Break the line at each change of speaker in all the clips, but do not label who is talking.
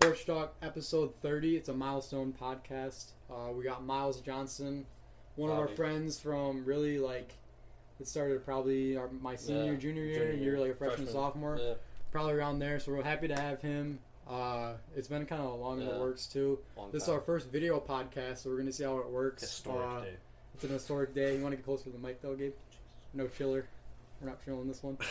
Porch Talk, episode 30. It's a milestone podcast. Uh, we got Miles Johnson, one of our
Bobby.
friends from really like, it started probably our, my senior,
Yeah,
junior year.
junior
and
year,
You're like a freshman,
freshman.
sophomore.
Yeah.
Probably around there. So we're happy to have him. Uh, it's been kind of long in the
Yeah.
works too.
Long
This is
time.
our first video podcast, so we're going to see how it works.
historic
Uh,
day.
It's an historic day. You want to get closer to the mic though, Gabe? No chiller. We're not chilling this one.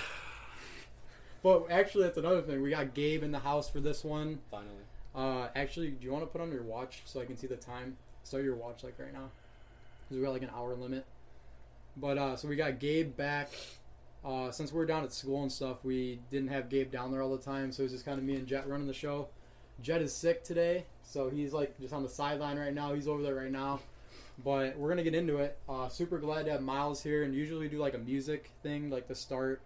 But actually, that's another thing. We got Gabe in the house for this one.
Finally.
Uh, actually, do you want to put on your watch so I can see the time? Start your watch like right now, because we got like an hour limit. But uh, so we got Gabe back. Uh, since we are down at school and stuff, we didn't have Gabe down there all the time, so it was just kind of me and Jet running the show. Jet is sick today, so he's like just on the sideline right now. He's over there right now, but we're gonna get into it. Uh, super glad to have Miles here, and usually we do like a music thing like the start.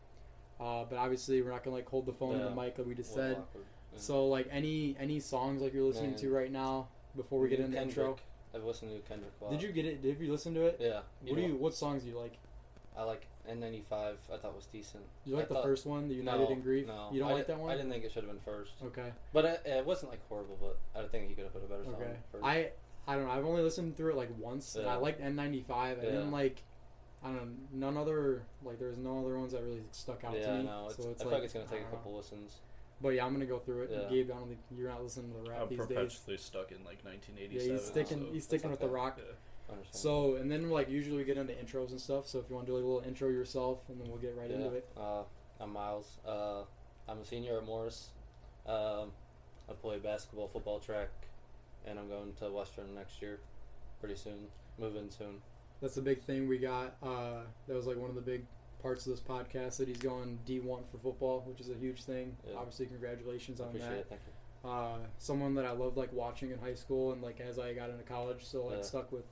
Uh, but obviously, we're not gonna like hold the phone in the
Yeah.
mic like we just
Well,
said.
awkward. Yeah.
So like any any songs like you're listening
Man.
to right now before we get
New
into the
Kendrick.
intro.
I've listened to Kendrick a lot.
Did you get it? Did you listen to it?
Yeah.
what do
know,
you what songs do you like?
I like N95. I thought was decent.
You like
I
the
thought-
first one, the United
no,
in Grief?
No.
You don't
I
like
di-
that
I
one?
didn't think it should have been first.
Okay.
But it, it wasn't like horrible, but I think he could have put a better song
Okay.
first.
I I don't know. I've only listened through it like once, and I
Yeah.
liked N95. I
Yeah.
didn't like I don't know none other like there was no other ones that really stuck out
yeah,
to me.
no, it's,
so it's
I feel
like
like it's gonna
I
take a
don't know.
couple listens.
But yeah, I'm gonna go through it.
Yeah.
Gabe, I don't think you're not listening to the rap
I'm
these days.
perpetually stuck in like 1987.
Yeah, he's sticking.
so-
he's sticking with the
okay.
rock.
yeah.
I understand.
So, and then like usually we get into intros and stuff. So if you want to do like a little intro yourself, and then we'll get right
yeah.
into it.
Uh, I'm Miles. Uh, I'm a senior at Morris. Um, I play basketball, football, track, and I'm going to Western next year, pretty soon. Moving soon.
That's the big thing we got. Uh, that was like one of the big parts of this podcast that he's going D1 for football, which is a huge thing.
Yeah.
Obviously, congratulations
I
on
appreciate
that.
it. Thank you.
Uh, someone that I loved like watching in high school, and like as I got into college, so like
Yeah.
stuck with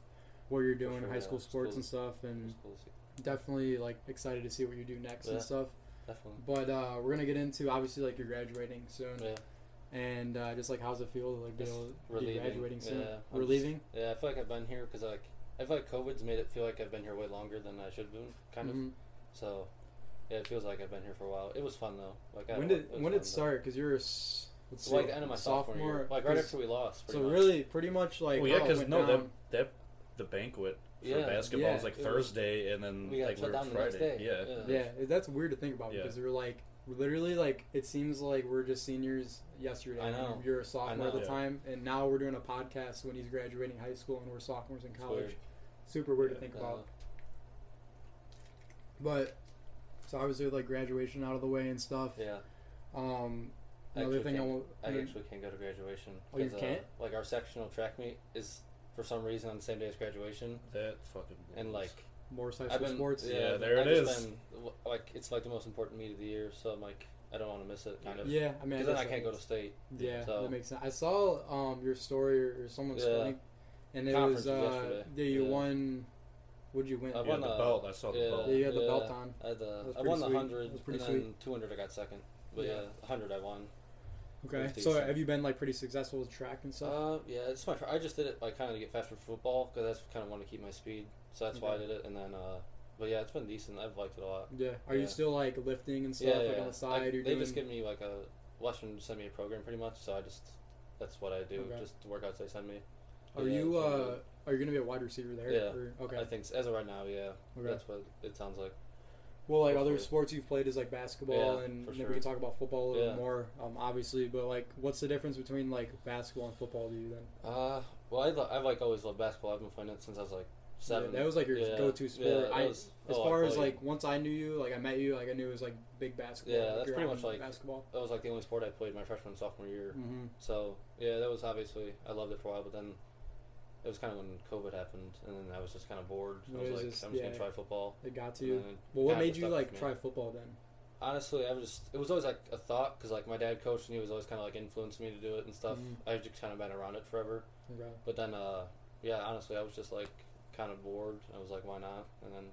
what you're doing in
sure,
high
yeah.
school sports
School-
and stuff,
It
and
was cool to see.
definitely like excited to see what you do next
Yeah.
and stuff.
Definitely.
But uh, we're gonna get into obviously like you're graduating soon,
Yeah.
and uh, just like how's it feel to like be,
Just
able, to be
relieving.
graduating soon?
Yeah, I'm
relieving.
Yeah, I feel like I've been here because like I feel like COVID's made it feel like I've been here way longer than I should have been, kind
Mhm.
of. So, yeah, it feels like I've been here for a while. It was fun though. Like I
when
it
did
was
when
fun,
did it
though.
start? Because you're a s- let's
So, like
see,
the end of my sophomore, year, like right
'Cause-
after we lost.
So
pretty much.
really, pretty much like
Well, yeah,
how it
because
went
no, that,
down.
that the banquet for
Yeah,
basketball
yeah,
was like
it was-
Thursday, and then
we got
like
shut
we
down
were
the next
Friday.
day.
Yeah.
Yeah.
yeah, it- that's weird to think about
Yeah.
because we're like literally like it seems like we're just seniors yesterday.
I know.
you're a sophomore at
know.
the
Yeah.
time, and now we're doing a podcast when he's graduating high school and we're sophomores in
It's
college.
weird.
Super weird to
Yeah.
think
Uh,
about. But so obviously with, like graduation out of the way and stuff.
yeah,
Um,
I
another
actually
thing I
can't-
want.
I actually can't go to graduation.
Mm-hmm. Oh, you
'cause,
can't?
Uh, like our sectional track meet is for some reason on the same day as graduation,
That fucking.
and
blows.
like
more high
I've
school
been-
sports.
Yeah, there it
I've just
is.
Been, w- like it's like the most important meet of the year, so I'm like I don't want to miss it, kind of.
Yeah, I mean, I
Because then
guess
I
that
can't go
makes-
to state.
Yeah,
So-
that makes sense. I saw um your story or, or someone's
Yeah.
story, and it
Conference
was
was
uh,
yesterday.
yeah, you
Yeah.
won. What'd you win?
I
You
Yeah,
had
won
the
a-
belt. I saw the
yeah.
belt.
you had the
Yeah.
belt on.
I, had the,
That's
I
pretty
won the
sweet.
hundred,
That's
and
pretty
then two hundred I got second. But
Yeah.
yeah, hundred I won.
Okay,
That's
so
decent.
have you been like pretty successful with track and stuff?
Uh, yeah, it's my. fir- I just did it like kind of to get faster for football because that's kind of want to keep my speed, so that's why I
Okay.
did it. And then, uh, but yeah, it's been decent. I've liked it a lot.
yeah. Are you
Uh, yeah.
still like lifting and stuff
yeah,
like
yeah.
on the side?
Like,
you're
they
doing
just give me like a Western sent me a program pretty much, so I just that's what I do.
Okay.
Just the workouts they send me.
are
yeah,
you
so I'm
uh
good.
are you gonna be a wide receiver there?
Yeah.
Or- okay.
I think s- as of right now, yeah,
Okay.
that's what it sounds like.
Well, like other
Hopefully.
sports you've played is like basketball,
Yeah,
and
for
then we
sure.
can talk about football a little
Yeah.
more, um, obviously. But like, what's the difference between like basketball and football to you then?
Uh, well, I lo- I've like always loved basketball. I've been playing it since I was like seven.
that was, like, your
Yeah.
go-to sport.
Yeah, that
I-
was-
As
oh, I
far as
played-
like once I knew you, like I met you, like I knew it was like big basketball.
Yeah,
like,
that's
you're
pretty
on
much, like-
basketball.
that was like the only sport I played my freshman and sophomore year.
Mm-hmm.
So yeah, that was obviously I loved it for a while, but then it was kind of when COVID happened, and then I was just kind of bored. I was
It was
like,
just-
I'm just
yeah.
gonna try football.
It got to
And
you.
then it
Well, what
kinda
made you
stuck
like
with me.
try football then?
Honestly, I was just it was always like a thought because like my dad coached and he was always kind of like influencing me to do it and stuff.
Mhm.
I've just kind of been around it forever,
Okay.
but then uh yeah, honestly, I was just like kind of bored. I was like, why not? And then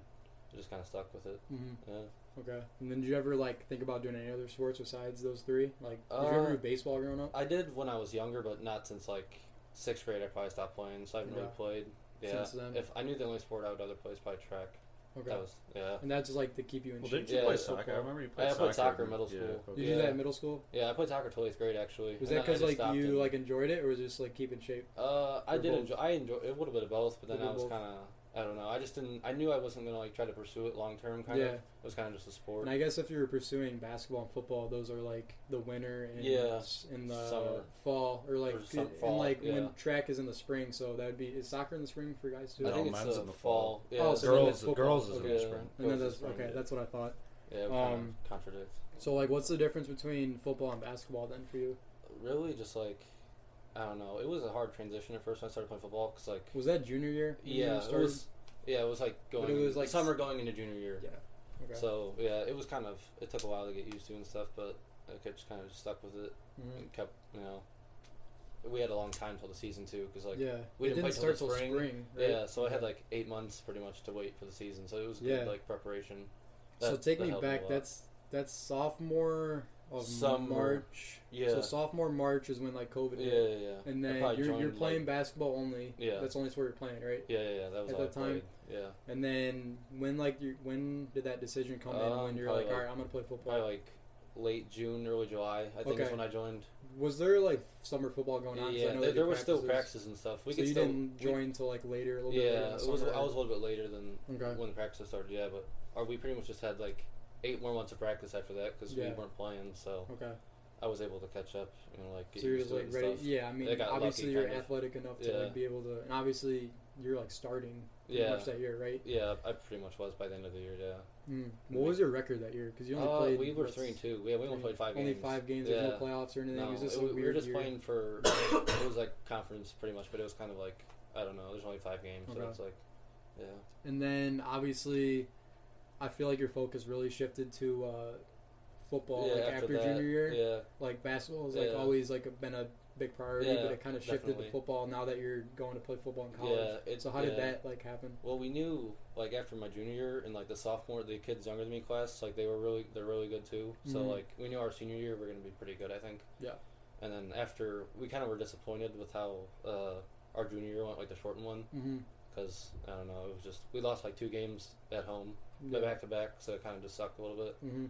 I just kind of stuck with it.
Mm-hmm.
Yeah.
Okay. And then did you ever like think about doing any other sports besides those three? Like, did you ever
Uh,
do baseball growing up?
I did when I was younger, but not since like sixth grade. I probably stopped playing, so I haven't
Yeah.
really played. Yeah,
Since then.
if I knew the only sport I would other play is probably track.
Okay.
That was yeah.
and that's just like to keep you in
Well,
shape.
didn't you
Yeah,
play
it's
soccer?
football.
I remember you
I
played
played
soccer.
soccer in middle
yeah,
school.
okay.
Did you do that
Yeah.
in middle school?
Yeah, I played soccer till eighth grade actually.
Was that
And then I
because like
just stopped
you
it.
like enjoyed it, or was it just like keeping shape?
Uh, I
Or
did
both?
enjoy. I enjoy it. Would have been of both, but then I
Would've
was
been
kind of. I don't know. I just didn't. I knew I wasn't gonna like try to pursue it long term. Kind of.
Yeah.
It was kind of just a sport.
And I guess if you were pursuing basketball and football, those are like the winter and
Yeah.
in the
Summer.
fall, or like
Or some
and
fall,
like
yeah.
when track is in the spring. So that would be is soccer in the spring for guys too?
I
No,
think it's
mine's
the,
in the
fall.
fall.
Yeah.
Oh, so-
girls,
that's football.
girls is in
Yeah.
the spring.
And then
Girls is
that's okay.
fine.
that's what I thought.
yeah. It kind
um,
of contradicts.
So like, what's the difference between football and basketball then for you?
Really, just like. I don't know. It was a hard transition at first when I started playing football because like.
Was that junior year? when you
Yeah. It
started?
was. Yeah, it was like going.
it was, like,
summer going into junior year.
Yeah. Okay.
So yeah, it was kind of. It took a while to get used to and stuff, but I just kind of stuck with it
Mhm.
and kept. You know. We had a long time till the season too, because like.
yeah,
we
it
didn't
didn't
play till
start
the
till spring.
spring.
right?
Yeah, so I had like eight months pretty much to wait for the season, so it was
Yeah.
good like preparation.
so
That-
take
that
me
helped a
back.
lot.
That's that's sophomore of
Summer.
March.
yeah,
So sophomore March is when like COVID.
yeah,
hit.
yeah, yeah.
And
I
then
probably
you're,
joined,
you're
like-
playing basketball only.
Yeah.
That's the only sport you're playing, right?
yeah, yeah, yeah. That was
at
all
that
I
time.
played. Yeah,
And then when like you when did that decision come in? When
Um,
you're like,
probably,
all right, I'm gonna play football.
probably like late June, early July. I think is
Okay.
when I joined.
Was there like summer football going on? 'Cause I
yeah,
know
there,
they
there
do
were still
practices.
practices and stuff. We
so
could
you
still
didn't
we-
join until like later a little bit.
yeah,
later in the
it was.
summer,
I was a little bit later than
right? Okay.
when the practices started. Yeah, but or we pretty much just had like eight more months of practice after that because we
Yeah.
weren't playing, so
Okay.
I was able to catch up and like get
So you're
used
just
to it
like
and
ready.
stuff.
Yeah, I mean,
They got
obviously
lucky,
you're
kind of.
athletic enough to
Yeah.
like be able to, and obviously you're like starting pretty
Yeah.
much that year, right?
Yeah, I pretty much was by the end of the year. Yeah.
Mm. What was your record that year? Because you only
Uh,
played.
we were
what's-
three and two. Yeah, we only played five
Only
games.
five games. There's no playoffs or anything.
No,
it was just
it-
a
we
weird
were just
year.
playing for. it was like conference, pretty much, but it was kind of like I don't know. There's only five games, so
Okay.
it's like, yeah,
And then obviously, I feel like your focus really shifted to uh, football.
yeah.
like after,
that,
junior year,
yeah,
like basketball has like
Yeah.
always like been a big priority,
Yeah,
but it kind of shifted
definitely.
to football now that you're going to play football in college.
yeah. It,
so how did
yeah.
that like happen?
Well, we knew like after my junior year and like the sophomore, the kids younger than me class, like they were really they're really good too. So
Mhm.
like we knew our senior year we are gonna be pretty good, I think.
Yeah.
And then after we kind of were disappointed with how uh, our junior year went, like the shortened one,
Mm-hmm.
because I don't know, it was just we lost like two games at home,
Yeah.
but back to back, so it kind of just sucked a little bit.
Mm-hmm.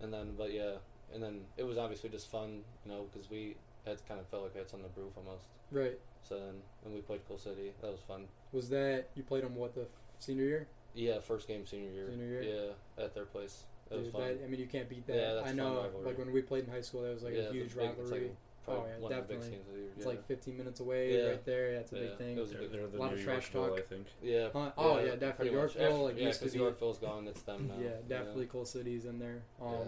And then, but yeah, and then it was obviously just fun, you know, because we had kind of felt like we had something to prove almost.
Right.
So then, and we played Cool City. That was fun.
Was that you played them what the f- senior year?
Yeah, first game senior year.
Senior year?
Yeah, at their place. That was
Dude,
fun.
that- I mean, you can't beat that.
Yeah, that's
I
fun
know.
rivalry.
Like when we played in high school, that was like
yeah,
a
it's
huge
big- it's
rivalry.
like probably
Oh, yeah,
one of the
definitely.
biggest games of the year.
it's
yeah.
like 15 minutes away,
Yeah.
right there. That's a
Yeah,
big thing.
it was a
They're,
big-
they're the
lot
New
of trash
Yorkville,
talk.
I think.
yeah.
Huh? Oh yeah,
yeah,
definitely.
pretty much.
Yorkville,
After-
like
yeah,
used to
because
be.
Yorkville's gone. It's them now.
yeah, definitely. Cool cities in there. Um,
Yeah.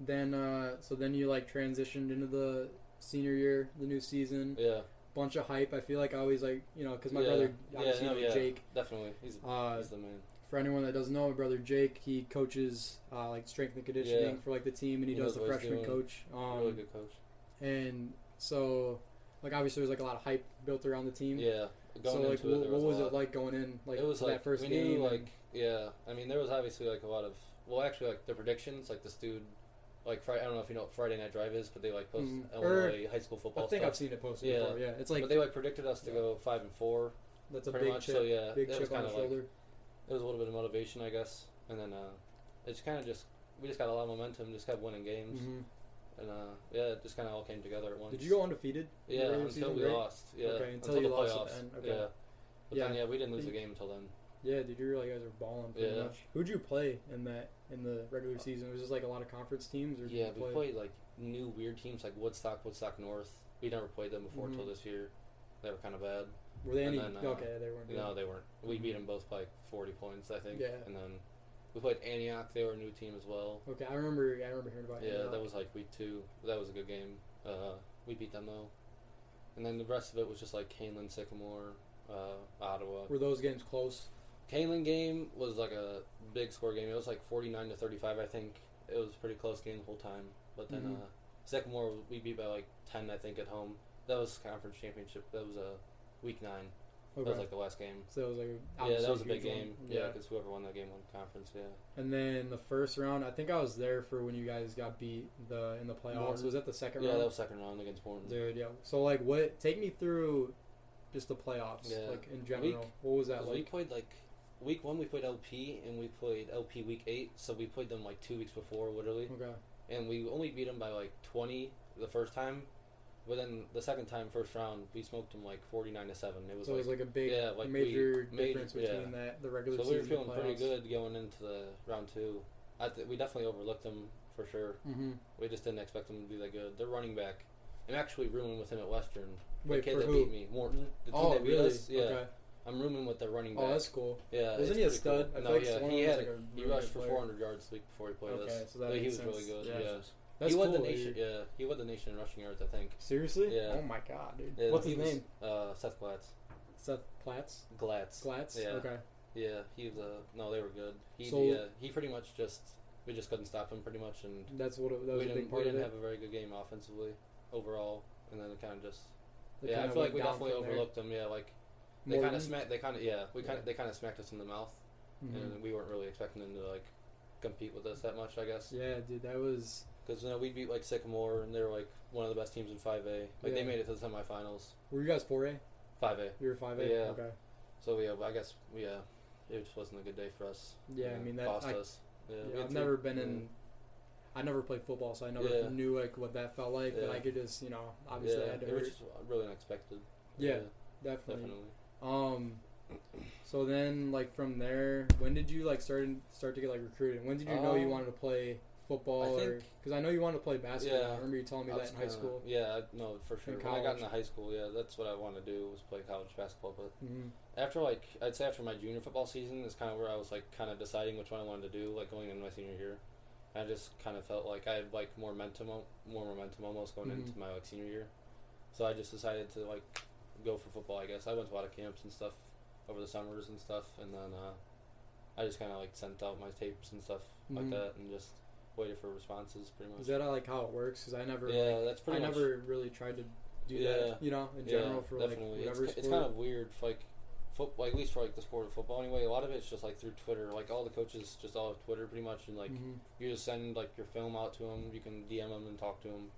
then uh, so then you like transitioned into the senior year, the new season,
Yeah,
bunch of hype. I feel like I always like you know because my
Yeah.
brother,
Yeah,
obviously,
no,
you know,
yeah.
Jake.
definitely. He's
Uh,
he's the man.
for anyone that doesn't know, my brother Jake, he coaches uh, like strength and conditioning for like the team, and he,
He
does
knows
the
what he's
freshman
doing.
coach. Um,
really good coach.
And so, like obviously, there's like a lot of hype built around the team.
Yeah.
um, so
Going
like,
into
what,
it, there
what
was,
was
a
it
lot.
like going in? Like
it was
to
like
that first
we
game.
knew
and-
like yeah i mean there was obviously like a lot of well actually like the predictions like this dude like friday i don't know if you know what friday night drive is but they like post
Mhm. Or-
illinois high school
I
football
think
stuff
I've seen it posted
Yeah.
before. Yeah, it's like
but they like predicted us to go five and four
that's a
pretty
big
much
chip,
so yeah
big
it was
chip on
kind
the
of like
shoulder.
it was a little bit of motivation i guess and then uh it's kind of just we just got a lot of momentum just kept winning games
Mhm.
and uh yeah it just kind of all came together at once
Did you go undefeated? the
yeah
regular
until
season,
we
right?
lost yeah
Okay, until you
the
lost at
playoffs
the end, okay.
yeah but then
Yeah.
yeah we didn't lose a
Think-
game until then
Yeah, dude, you really guys are balling pretty
Yeah.
much. Who'd you play in that in the regular season? Was this like a lot of conference teams, or did
Yeah,
you
we
play?
played like new weird teams like Woodstock, Woodstock North. We never played them before
Mhm.
till this year. They were kind of bad.
Were they
and
any?
then, uh,
okay, they weren't. good.
No, they weren't. We beat
Mhm.
them both by like 40 points, I think.
Yeah.
And then we played Antioch. They were a new team as well.
Okay, I remember. I remember hearing about.
Yeah,
Antioch.
that was like week two. That was a good game. Uh, we beat them though. And then the rest of it was just like Canelan, Sycamore, uh, Ottawa.
Were those games close?
Canelan game was like a big score game. It was like 49 to 35, I think. It was a pretty close game the whole time. But then
Mhm.
uh, Sycamore, we beat by like 10, I think, at home. That was conference championship. That was uh, week nine.
Okay.
That was like the last game.
so it was like a-
yeah,
obviously
that was a big
huge one.
game. Yeah, because whoever won that game won conference. Yeah.
And then the first round, I think I was there for when you guys got beat the in the playoffs.
Morton.
Was that the second
Yeah,
round?
that was second round against Morton.
Dude, yeah. So like, what? Take me through just the playoffs,
Yeah.
like in general. What was that
Because we
like?
played like week one we played LP and we played LP week eight, so we played them like two weeks before, literally,
Okay.
and we only beat them by like twenty the first time, but then the second time, first round, we smoked them like forty nine to seven. It was
So it
like,
was like a big
yeah, like
major
we made-
difference
yeah.
between that the regular
so we
season.
were feeling pretty good going into the round two. I th- we definitely overlooked them for sure.
Mm-hmm.
We just didn't expect them to be that good. Their running back, I'm actually rooming with him at Western. the
Wait
kid
for
that
who?
beat me, Morton. The team
Oh,
that beat
really?
us. Yeah,
Okay.
I'm rooming with their running back.
Oh, that's cool.
yeah,
Wasn't
it's
he a
pretty
stud?
cool.
I
no,
feel like
yeah,
Sloan
he
was
had
like a
it. he
really
rushed
good
for
player.
400 yards the week before he played
Okay,
us.
so that
But he
makes
was really
sense.
good.
Yeah.
Yeah,
That's
he
cool.
led the
that
nation.
you-
Yeah, he led the nation in rushing yards. I think.
Seriously?
Yeah.
Oh my god, dude.
Yeah,
What's
he
his
was,
name?
Uh, Seth Glatz.
Seth Platts.
Glatz.
Glatz.
Yeah.
Okay.
Yeah, he was. Uh, no, they were good. He
So-
yeah, he pretty much just we just couldn't stop him pretty much, and
That's what it, that was
we
a big
didn't we
part of
didn't
it.
have a very good game offensively overall, and then it kind of just
It
yeah. I
kinda
feel like
went
we
down
definitely
from there.
overlooked them. Yeah, like they kind
Morton?
of smacked. They kind of yeah. We kind
Yeah.
of they kind of smacked us in the mouth,
Mhm.
and we weren't really expecting them to like compete with us that much. I guess.
Yeah, dude, that was
Because you know we beat like Sycamore and they're like one of the best teams in 5A. Like
Yeah.
they made it to the semifinals.
Were you guys 4A?
5A.
You were 5A?
Yeah.
Okay.
So yeah, but I guess yeah, it just wasn't a good day for us.
Yeah, I
And it
mean, that-
cost
I-
us. Yeah, we
Yeah,
had
I've
three-
never been
yeah.
in. I never played football, so I never
Yeah.
knew like what that felt like. But
Yeah.
I could just, you know, obviously
yeah,
I had to
it
hurt.
was just really unexpected.
Yeah, definitely.
definitely.
Um, so then like from there, when did you like start start to get like recruited? When did you know you
Um,
wanted to play football?
I
or because I know you wanted to play basketball.
Yeah.
I remember you telling me
I
that
was
in high
kinda-
school.
Yeah, I- no, for sure. When I got
college.
into high school, yeah, that's what I wanted to do was play college basketball. But
hmm
after like I'd say after my junior football season is kind of where I was like kind of deciding which one I wanted to do like going into my senior year. I just kind of felt like I had like more momentum, more momentum almost going
Mhm.
into my like senior year. So I just decided to like go for football. I guess I went to a lot of camps and stuff over the summers and stuff, and then uh, I just kind of like sent out my tapes and stuff
Mhm.
like that, and just waited for responses pretty much.
Is that uh, like how it works? Because I never,
yeah, that's
I
pretty much.
never really tried to do
Yeah.
that. You know, in general for like whatever
it's,
sport.
it's kind of weird, for, like football, at least for like the sport of football. Anyway, a lot of it's just like through Twitter. Like all the coaches just all have Twitter, pretty much, and like
Mhm.
you just send like your film out to them. You can DM them and talk to them,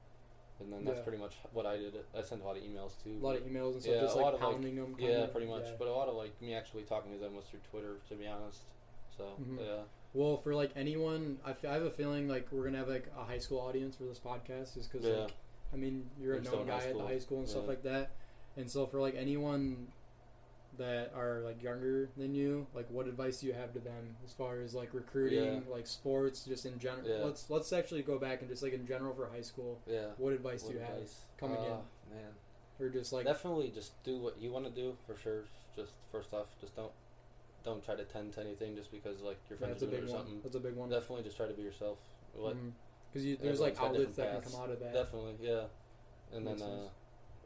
and then that's
Yeah.
pretty much what I did. I sent a lot of emails too.
a lot of emails and stuff,
Yeah,
just
a
like
lot of, like-
pounding them.
yeah,
kinda.
pretty much.
Yeah.
But a lot of like me actually talking to them was through Twitter, to be honest. So
Mhm.
yeah,
Well, for like anyone, I fe- I have a feeling like we're gonna have like a high school audience for this podcast, just because
Yeah.
like I mean you're a
I'm still
known
in high
guy at the
school.
high school and stuff
Yeah.
like that, and so for like anyone that are like younger than you, like what advice do you have to them as far as like recruiting, like sports, just in general?
Yeah.
Let's let's actually go back and just like in general for high school,
yeah.
what advice
What
do you
advice?
coming
Uh,
in?
man.
have, or just like
definitely just do what you want to do for sure. Just first off, just don't don't try to tend to anything just because like your friends
that's a
do it
big
or
one. Mm-hmm.
something.
That's a big one.
Definitely just try to be yourself. What?
Because you there's like outlets
Everyone's got
that
different
can come out of that.
Definitely, yeah. And
Makes
then uh,
sense.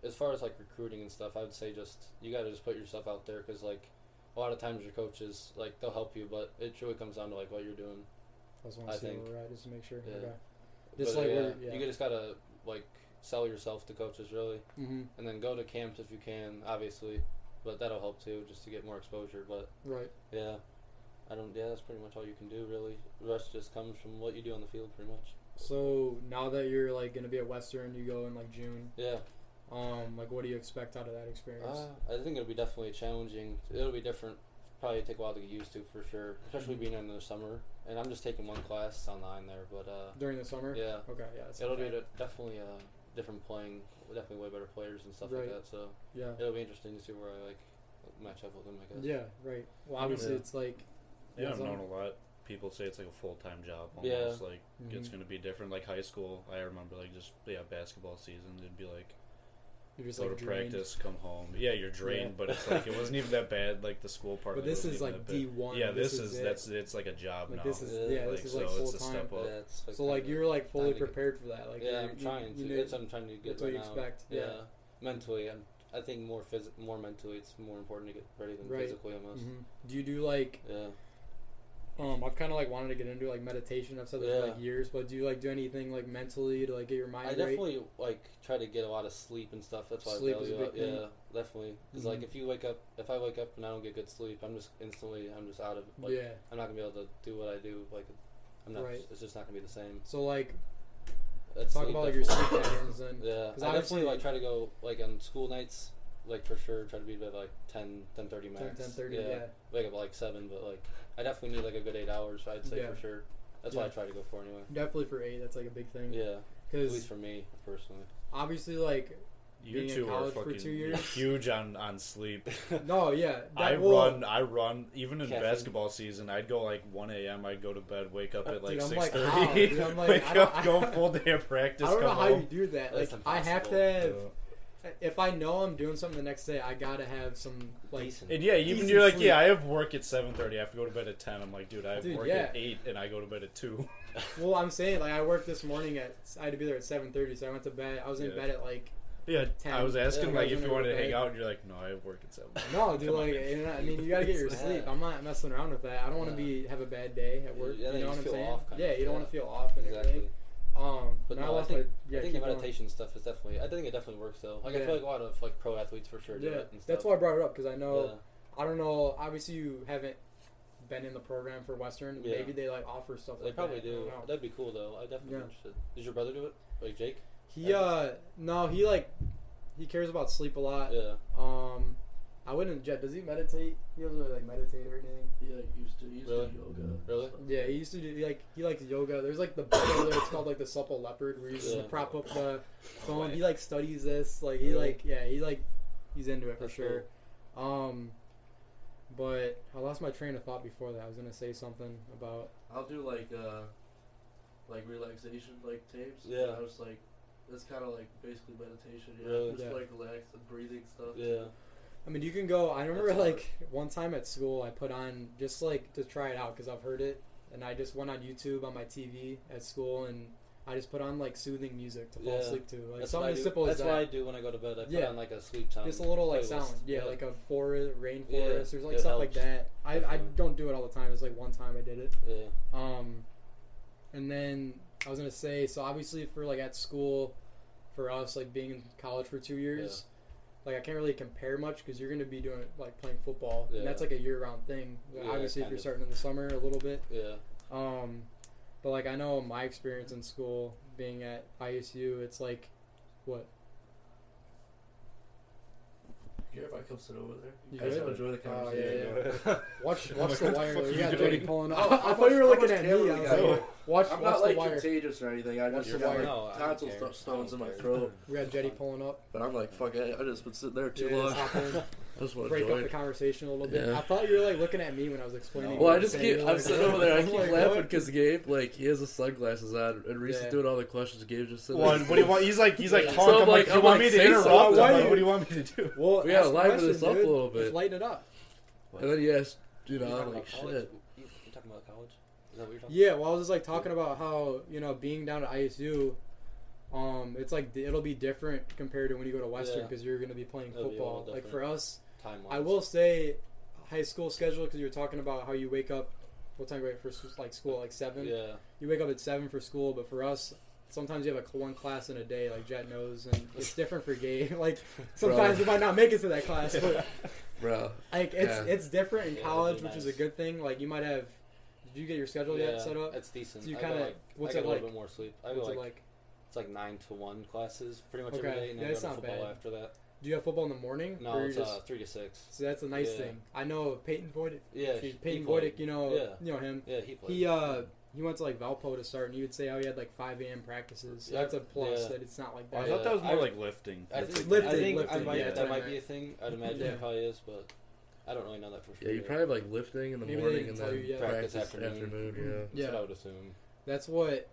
as far as like recruiting and stuff, I would say just you got to just put yourself out there because like a lot of times your coaches like they'll help you, but it really comes down to like what you're doing.
I just want
I
to see where
think.
we're at, just to make sure.
Yeah.
Okay. Just
but,
like
yeah,
we're- yeah.
you just gotta like sell yourself to coaches really,
Mm-hmm.
and then go to camps if you can, obviously, but that'll help too just to get more exposure. But
Right.
Yeah. I don't yeah, that's pretty much all you can do really. The rest just comes from what you do on the field pretty much.
So now that you're like gonna be at Western, you go in like June.
Yeah.
Um, like what do you expect out of that experience?
Uh, I think it'll be definitely challenging. It'll be different. Probably take a while to get used to for sure. Especially
Mm-hmm.
being in the summer. And I'm just taking one class online there, but uh
During the summer.
yeah.
Okay. Yeah. It's
It'll be
okay.
de- definitely uh different playing definitely way better players and stuff
Right.
like that, so
Yeah.
it'll be interesting to see where I like match up with them I guess.
Yeah. Right. Well, obviously
Yeah.
it's like.
Yeah, I've
it's, um,
known a lot. People say it's like a full time job
Yeah.
almost. Like it's
mhm.
gonna be different. Like high school, I remember like just yeah basketball season. It'd be like
You're just
go
like
to
drained.
practice, come home. Yeah, you're drained, but it's like it wasn't even that bad. Like the school part.
But
of it
this
wasn't
is
even
like
that bad.
D one.
Yeah, this, is,
it.
that's it's like a job
like
now.
this is
Yeah.
yeah,
like,
this is
so
like
it's
full
a
time.
step up.
Yeah, it's,
So like
kinda-
you're like fully
kinda-
prepared for that. Like
yeah,
you-
I'm
you-
trying
you
to.
knew-
That's what I'm trying to get
that's
right
what you
now.
expect,
Yeah.
yeah.
mentally, I'm, I think more phys- more mentally, it's more important to get ready than
Right. Mm-hmm.
physically almost.
Mhm. Do you do like
Yeah,
um? I've kind of like wanted to get into like meditation. I've said this for
Yeah.
like years, but do you like do anything like mentally to like get your
I,
mind right?
definitely like try to get a lot of sleep and stuff. That's why
Sleep
I
is a
value
big
it.
thing.
Yeah, definitely. Because like
Mhm.
if you wake up, if I wake up and I don't get good sleep, I'm just instantly, I'm just out of. Like,
Yeah.
I'm not gonna be able to do what I do. Like, I'm not.
Right.
It's just not gonna be the same.
So like
That's
talk
sleep
about like your sleep
definitely.
patterns and
Yeah,
'Cause
I definitely
obviously-
like try to go like on school nights. like for sure try to be at like 10, 10:30 max.
10, 10:30, yeah.
Wake up at like seven, but like I definitely need like a good eight hours. I'd say
Yeah.
for sure. That's
Yeah.
what I try to go for anyway.
Definitely for eight, that's like a big thing.
Yeah, at
Because
least for me personally.
obviously, like,
You
Being in
two are
college for
fucking
two years.
huge on on sleep.
no, yeah. that
I
will-
run, I run. Even in
Caffeine.
basketball season, I'd go like 1 a.m. I'd go to bed, wake up at like
Uh, Dude, I'm like,
6:30,
how? Dude, I'm like, I
wake
don't-
up, go full day of practice,
I don't know
come
how you
home.
do that. Like,
That's
I have to
impossible.
have. If I know I'm doing something the next day, I gotta have some like.
Decent.
And yeah, even
Easy
you're like,
sleep.
yeah, I have work at 7:30. I have to go to bed at 10. I'm like, dude, I have
Dude,
work
yeah.
at 8, and I go to bed at 2.
Well, I'm saying like I worked this morning at. I had to be there at 7:30, so I went to bed. I was in
Yeah.
bed at like.
yeah,
10.
I was asking
Yeah.
like
Goes
if you
in
wanted to
bed.
hang out, and you're like, no, I have work at 7.
No, dude,
Come on,
like
man.
and I mean, you gotta get your
Yeah.
sleep. I'm not messing around with that. I don't want to
Yeah.
be have a bad day at work.
Yeah,
you
then
know
you
what I'm
feel
saying?
off kind
yeah,
of,
you don't
yeah.
want to feel off and
Exactly.
everything. Um,
But
now
no, I
lost
think-
my- yeah,
I think the
keep going.
meditation stuff is definitely. I think it definitely works though. Like I
Yeah.
feel like a lot of like pro athletes for sure. do
Yeah,
it and
that's why I
stuff.
brought it up because I know.
Yeah.
I don't know. Obviously, you haven't been in the program for Western.
Yeah.
Maybe they like offer stuff.
They
like
probably
that. I don't
do.
know.
That'd be cool though. I definitely
Yeah.
be interested. Does your brother do it? Like Jake?
He uh no, he like he cares about sleep a lot.
Yeah.
Um, I wouldn't. Jet, does he meditate? He doesn't really like meditate or anything.
He like used to he used
Really?
to yoga.
Really?
Yeah, he used to do like he likes yoga. There's like the book over there. It's called like the supple leopard, where you just
Yeah.
prop up the phone. He like studies this. Like he
Really?
like yeah he like he's into it for
That's
sure. Um, but I lost my train of thought before that. I was gonna say something about
I'll do like uh like relaxation like tapes. and
Yeah.
I was like that's kinda like basically meditation, yeah.
Really?
Just
Yeah.
like relax and breathing stuff.
Yeah.
I mean, you can go. I remember
That's
like one time at school, I put on just like to try it out because I've heard it, and I just went on YouTube on my TV at school, and I just put on like soothing music to fall
Yeah.
asleep to, like
That's what
something
I
as
do-
simple
That's
as
what I
that.
do when I go to bed. I put
Yeah.
on like a sleep time.
Just a little like
playlist.
sound, yeah, like a forest
Yeah,
rainforest or like
it
stuff like
helps.
that. I, I
Definitely.
don't do it all the time. It's like one time I did it.
yeah.
Um, and then I was gonna say, so obviously for like at school, for us like being in college for two years, like I can't really compare much because you're gonna be doing like playing football, and that's
Yeah.
like a year-round thing.
Yeah,
obviously, if
kind
you're
of.
starting in the summer a little bit,
Yeah.
um, but like I know my experience in school being at ISU, it's like what
Care if I come sit over there?
You
I just
good?
wanna enjoy the
Oh, yeah,
conversation.
yeah. watch
I'm
watch
like,
the
what the
wire.
fuck
you
are
got
you
Jody
doing?
pulling up.
How-
I
how
thought you were
much-
looking
how
at me. I
much camera we
was
got
like, E
here?
watch
I'm
watch
not
the
like
wire.
contagious or anything. I just
You're
got
fine.
like
No, I don't
tonsil
care.
st- stones
I
in
don't
my
care.
throat.
We got Jetty pulling up.
But I'm like, fuck it. I just been sitting there too
Yeah,
long.
just hop in.
I just want to
break
enjoy
up the
it.
conversation a little bit.
Yeah.
I thought you were like looking at me when I was explaining.
No.
what
Well, I
was
just
saying.
keep.
You're
I'm
like-
sitting over there. I
I'm
keep
like,
laughing
what?
because Gabe, like, he has his sunglasses on, and Reese
Yeah.
is doing all the questions. Gabe just sitting.
Well,
there.
what do you want? He's like, he's like,
So
talk. I'm
I'm
like,
like,
you
I'm
want
like,
me to
say
interrupt?
something.
I'm like, what do you want me to do?
Well,
We gotta
ask a
liven
question,
this up a
dude.
little bit.
Just lighten it up.
And then he asked, you
You
know,
talking
I'm like,
about college?
shit.
You you talking about college? Is that what you're talking
Yeah, well, I was just like talking about how you know being down at ISU, um, it's like di- it'll be different compared to when you go to Western
Yeah.
because you're gonna be playing
It'll be a
football.
little
like for us,
about? Time
I will say, high school schedule because you were talking about how you wake up. What time do you wake for s- like school? Like seven.
Yeah.
You wake up at seven for school, but for us. Sometimes you have a cl- one class in a day, like Jet knows, and it's different for Gabe. Like sometimes you might not make it to that class, but
Bro,
Like it's
Yeah.
it's different in
Yeah,
college,
it'd be
which is a
nice.
good thing. Like you might have, did you get your schedule
Yeah,
yet set up?
That's decent.
So you
I go,
kinda-
like,
what's
I
it
get a
like?
little bit more sleep. I go
What's
like,
it like?
it's like nine to one classes pretty much
Okay,
every day, and
yeah,
then I
it's
go to
not
football
bad.
after that.
Do you have football in the morning?
No,
or you
it's
just-
uh, three to six.
so that's a nice
yeah.
thing. I know Peyton Voidic.
Yeah.
geez,
he
Peyton
played.
Voidic, you know,
Yeah.
you know him.
Yeah, he played.
He uh he went to like Valpo to start, and he would say how he had like 5 a.m. practices. So
Yeah,
that's a plus
yeah.
that it's not like
I
that.
Yeah.
thought that was more
I-
like lifting.
I
That's
think,
like-
Lifting,
I think
lifting,
I might,
yeah.
that might be a thing. I'd imagine
Yeah.
it probably is, but I don't really know that for sure.
yeah, you
yet.
probably have, like lifting in the
Maybe they
morning
didn't
and
tell you
then
yet. Mm-hmm.
practice,
Practice
afternoon.
afternoon.
Yeah,
That's
Yeah.
what I would assume.
That's what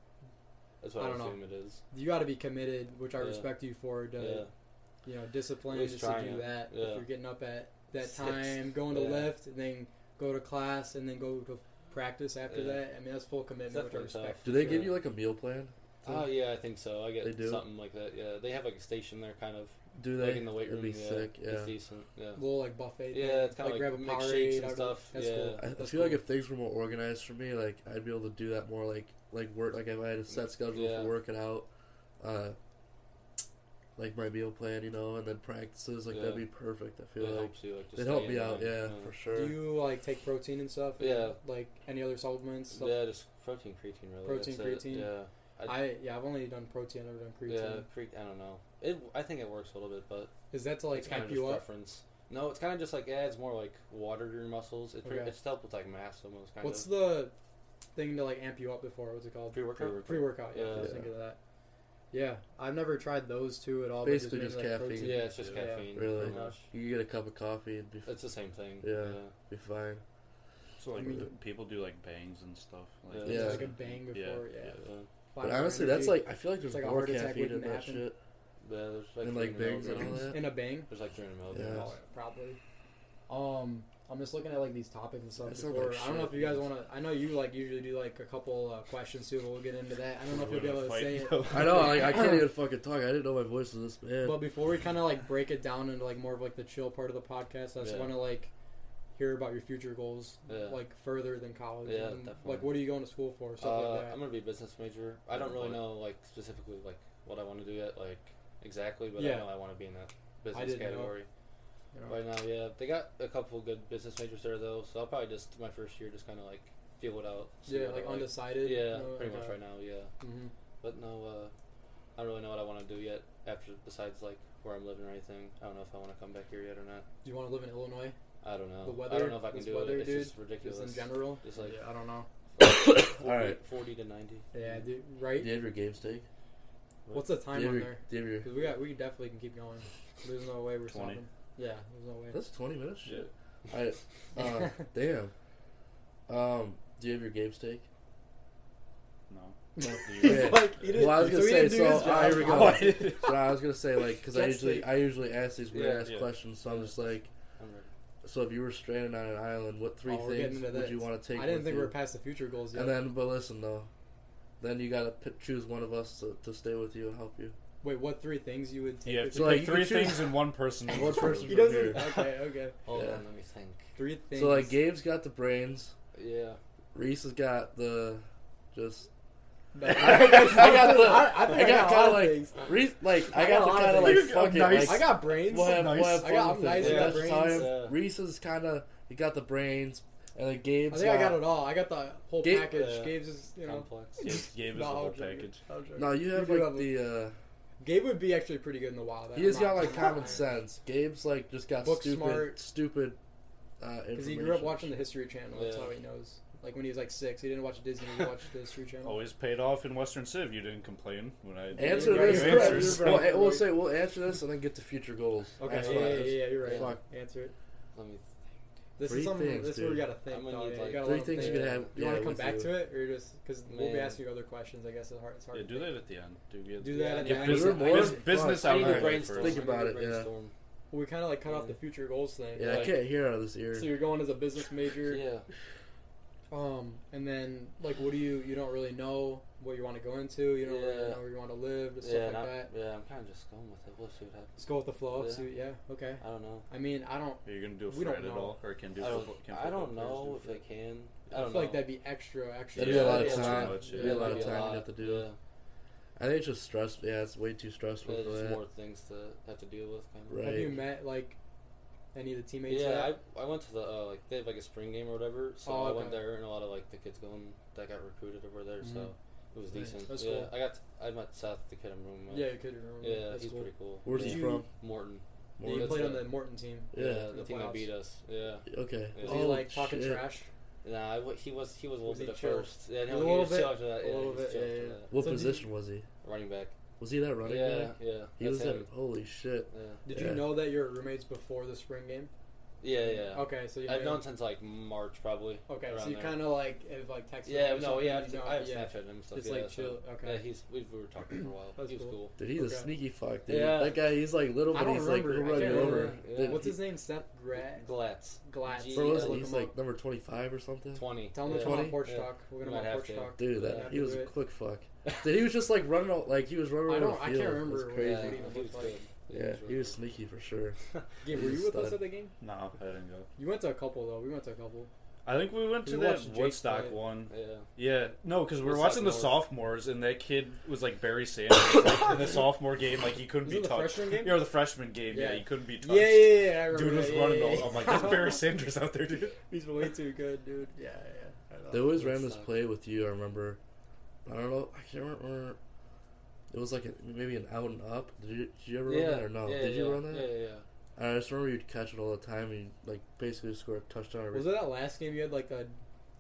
That's what
I
I,
don't know.
assume it is.
you got to be committed, which I
Yeah.
respect you for. To
Yeah.
you know, discipline
At least
just to
try
do
it.
that.
Yeah.
If you're getting up at that
Six.
time, going to
Yeah.
lift, and then go to class, and then go to practice after
Yeah.
that. I mean, that's full commitment, which I
definitely
respect.
tough.
Do they
Sure.
give you like a meal plan?
Oh yeah, I think so. I get
They do?
something like that. Yeah, they have like a station there, kind of
Do they?
like in the weight
That'd
room.
be
yeah.
sick. Yeah.
It's decent. Yeah,
little like buffet. thing.
yeah, it's kind of like,
grab a
mixed
Powerade
shakes and
out of-
stuff.
That's
yeah,
cool.
I, I feel
That's
like
cool.
if things were more organized for me, like I'd be able to do that more, like like work, like if I had a set schedule
Yeah.
for working out, uh, like my meal plan, you know, and then practices, like that'd
Yeah.
be perfect. I
it
feel like
helps you. Like, just
it'd help
stay in
me out,
line.
yeah, for sure.
Do you like take protein and stuff?
Yeah.
Like any other supplements? Stuff?
Yeah, just protein, creatine, really.
Protein,
That's it.
creatine.
Yeah,
I, yeah, I've only done protein. I've never done creatine.
Yeah, creek. I don't know. It. I think it works a little bit, but
Is that to like
it's kind of
hype
just
you up?
preference. No, it's kind of just like yeah, it's more like water to your muscles. It pre-
Okay.
it's helped with like mass almost kind
What's
of.
the thing to like amp you up before? What's it called?
Pre workout.
Pre workout. Yeah, I was
Yeah.
thinking of that. Yeah, I've never tried those two at all. but
Basically
mainly,
just
like,
caffeine.
protein.
Yeah, it's just
Yeah.
caffeine.
Really?
Pretty much.
You get a cup of coffee and be,
It's the same thing.
Yeah. be fine.
So
I
like
mean-
people do like bangs and stuff. Like,
Yeah.
It's
Yeah.
like a bang before. Yeah.
Yeah.
But honestly, that's like I feel like there's
It's like a
more
heart attack
caffeine in
wouldn't
that
happen.
shit
Yeah, there's like
and like
300
bangs and all
milligrams.
that.
in a bang.
There's like 300
Yeah.
milligrams.
Oh, probably. Um, I'm just looking at like these topics and stuff.
That sounds
Before.
like
I don't know
shit.
if you guys want to. I know you like usually do like a couple uh, questions too, but we'll get into that. I don't know if you'll be able to say it.
I know, like I can't even fucking talk. I didn't know my voice was this bad.
But before we kind of like break it down into like more of like the chill part of the podcast, I just
Yeah.
want to like hear about your future goals,
Yeah.
like further than college.
Yeah,
and,
definitely.
like what are you going to school for? Stuff
Uh,
like that.
I'm gonna be a business major. I don't really know like specifically like what I want to do yet, like exactly, but
Yeah.
I know I want to be in that business
didn't know.
category.
you know?
Right now, yeah, they got a couple good business majors there though, so I'll probably just my first year just kind of like feel it out. see
yeah,
what I
like undecided.
Yeah,
uh,
pretty much
okay.
right now. Yeah,
Mhm.
but no, uh, I don't really know what I want to do yet. After besides like where I'm living or anything, I don't know if I want to come back here yet or not.
Do you want to live in Illinois
I don't know.
The
I
weather-
don't know if I can
this
do
weather,
it. It's
dude,
just
just
ridiculous.
in general?
Just like
yeah, I don't know.
40,
Alright.
40 to 90.
Yeah, dude,
do
right?
you have your game steak?
What's the
Do you
time
have
on
your,
there?
do you have your-
Because we got, we definitely can keep going. There's no way we're
20.
stopping. Yeah, there's no way.
That's twenty minutes.
Yeah.
Shit. I, uh, damn. Um, do you have your game steak?
No.
He's
Yeah.
like, he didn't,
Well, I was
so
gonna
he
say
didn't do
so.
his
Uh,
job. Oh,
here we go. so I was gonna say like because I
Jet
usually
steak.
I usually ask these weird ass
Yeah.
questions, so I'm just like,
I'm ready.
so if you were stranded on an island, what three
Oh, we're getting
things
into
would
that.
you want to take?
I didn't
with
think
you?
we were past the future goals yet.
And then, but listen though, then you gotta p- choose one of us to, to stay with you and help you.
Wait, what three things you would take?
Yeah,
with
So,
so
you?
like,
like
you
three
could choose-
things in one person.
One person
he
from
doesn't.
here.
Okay, okay.
Hold
Yeah.
on, let me think.
Three things.
So like, Gabe's got the brains.
Yeah.
Reese has got the just.
No,
I,
I
got the.
I- I
I,
think I
got
got a lot
kind
of
of like
things.
Reese. Like I
I got
got
a
the
lot of
kind of
things.
like
You're
fuck it.
nice.
Like,
I got brains.
we'll have,
nice.
we'll have
I
fun
got- I'm
with it.
nice
Like,
with
that's
brains.
time.
Yeah.
uh, Reese is kind of he got the brains, and then
I
Gabe's
think I got it all. I got the whole
uh, Gabe-
package.
Yeah.
Gabe's just, you know.
Complex.
Gabe, Gabe is the
No,
whole
I'm joking.
package.
I'm joking.
No, you have
do
like
have a-
the.
Gabe would be actually pretty good in the wild.
Uh, he has got like common sense. Gabe's like just got
Book
stupid,
smart.
stupid. Uh,
Because he grew up
information.
watching the History Channel. That's
Yeah.
how he knows. Like when he was like six, he didn't watch Disney. He watched the History Channel.
Always paid off in Western Civ. You didn't complain when I
Answer
Yeah,
this.
you
We'll,
answered.
Answers.
we'll- we'll say we'll answer this and then get to future goals.
Okay,
That's
yeah,
what
yeah,
it
yeah,
is.
yeah, you're right.
Fuck.
Answer it.
Let me.
This
Three
is something.
things,
this is where
dude.
we gotta think.
I'm gonna
Though,
need,
yeah,
like,
you gotta
Three
let them
things you
think.
could have.
You
yeah,
want to come
with
back
you.
to it, or just because we'll be
Man.
asking you other questions? I guess it's hard. It's hard.
Yeah,
to
do
think.
that at the end. Do get
Do that.
Yeah,
and
I
then-
need to-
There's
I
more
need to-
Bus- business
I need
Alright,
to
fuck.
brainstorm.
Think
I need
about
to
it, yeah.
brainstorm.
Well, we kind of like cut off the future goals thing.
Yeah, I
like,
can't hear out of this
so
ear.
you're going as a business major,
Yeah.
um, and then like, what do you? You don't really know what you want to go into. You don't really
Yeah.
know where you want to live, and stuff
Yeah,
like
and I-
that.
yeah, I'm kind of just going with it. We'll see what happens.
Just go with the flow.
Yeah.
See, yeah. Okay.
I don't know.
I mean, I don't.
Are you gonna do a
We don't
frat at
know.
all, or can do?
I don't,
football, can
I don't
football
know
players
if
do
they can. I
I,
don't
feel
know.
like that'd be extra, extra.
That'd be a lot of
Yeah,
time.
much,
It'd
yeah.
be a lot
That'd
of
be a
time
lot,
you have to do.
Yeah,
I think it's just stress. Yeah, it's way too stressful
yeah
for
there's
that.
more things to have to deal with. Kind of.
Right.
Have you met like any of the teammates?
Yeah,
yet?
I, I went to the uh, like they have like a spring game or whatever, so
Oh,
I
okay.
went there and a lot of like the kids going that got recruited over there, so it was
Mm-hmm. Nice.
decent.
That's
yeah,
cool.
I got I met Seth, the kid I'm rooming with.
yeah, you could remember.
uh, yeah,
That's
he's
cool.
pretty cool.
Where's
yeah.
he
You-
from?
Morton.
Yeah, you
That's
played on
the-
the Morton team.
Yeah,
Yeah.
in
the
the
team that
playoffs.
beat us. Yeah.
Okay.
Yeah.
Was
Oh,
he like talking
shit.
trash?
Nah, I, w- he was he was a little
Was he
bit at
chill?
first. Yeah,
A
no,
little
he was chill
bit,
after that.
a
yeah,
little
he was
bit,
chill
yeah,
after
yeah.
that.
What
So did you-
position was he?
Running back.
Was he that running
yeah,
back?
yeah.
He
that's
was
him.
that. Holy shit.
Yeah.
Did
Yeah.
you know that your roommates before the spring game?
Yeah, yeah.
Okay, so you
I've
knew.
known since like March probably.
Okay,
around
so you
there.
kind of like have like texted.
Yeah,
or
no,
something,
yeah.
you
I've,
know,
I have
yeah.
Snapchat him and stuff.
It's
yeah,
like
so-
chill. Okay.
Yeah, he's we we were talking for a while.
That's
he was
cool.
cool.
Dude, he's a
Okay.
sneaky fuck, dude.
Yeah.
That guy, he's like little,
I
but
don't
he's like,
remember.
he'll
I
run you
can't
over.
remember. Yeah.
Dude,
What's
he-
his name? Seth Grat.
Glatz.
Glatz.
G-
Bro,
Yeah,
was
Look
it?
him
He's like
up.
number 25 or something.
Twenty.
Tell him
yeah.
to come on
20?
Porch
Yeah.
Talk. We're gonna
Might
have
have
Porch
to.
Talk.
Dude,
Yeah,
that, he
do
was a
it.
quick fuck. Dude, he was just like running, all, like he was running
I
around
don't-
the
I
field.
can't
It was
remember what-
crazy.
Yeah,
Crazy.
he was good.
Yeah,
really
he was
good.
sneaky for sure.
Gabe,
He's
were
a
you with us
stud.
at the game?
No, I didn't go.
You went to a couple though. We went to a couple.
I think we went
We
to that
watched Jake
Woodstock
play.
one.
Yeah.
Yeah, no, because we were
Woodstock
watching the
North.
sophomores, and that kid was like Barry Sanders like, in the sophomore game. Like he couldn't
Was
be
it the
touched.
freshman game?
Yeah, or the freshman game. Yeah,
Yeah.
he couldn't be touched.
Yeah, yeah, yeah. I remember
Dude
that.
was
yeah,
running.
yeah,
all-
yeah.
I'm like, there's Barry Sanders out there, dude.
He's way too good, dude. Yeah, yeah. I know.
They always ran
Woodstock.
this play with you. I remember I don't know. I can't remember. It was like a, maybe an out and up. Did you, did you ever
yeah.
run that or no?
Yeah,
did you
yeah,
run that?
Yeah, yeah. yeah.
I just remember you'd catch it all the time. You like basically score a touchdown. Every,
Was it that last game you had like a,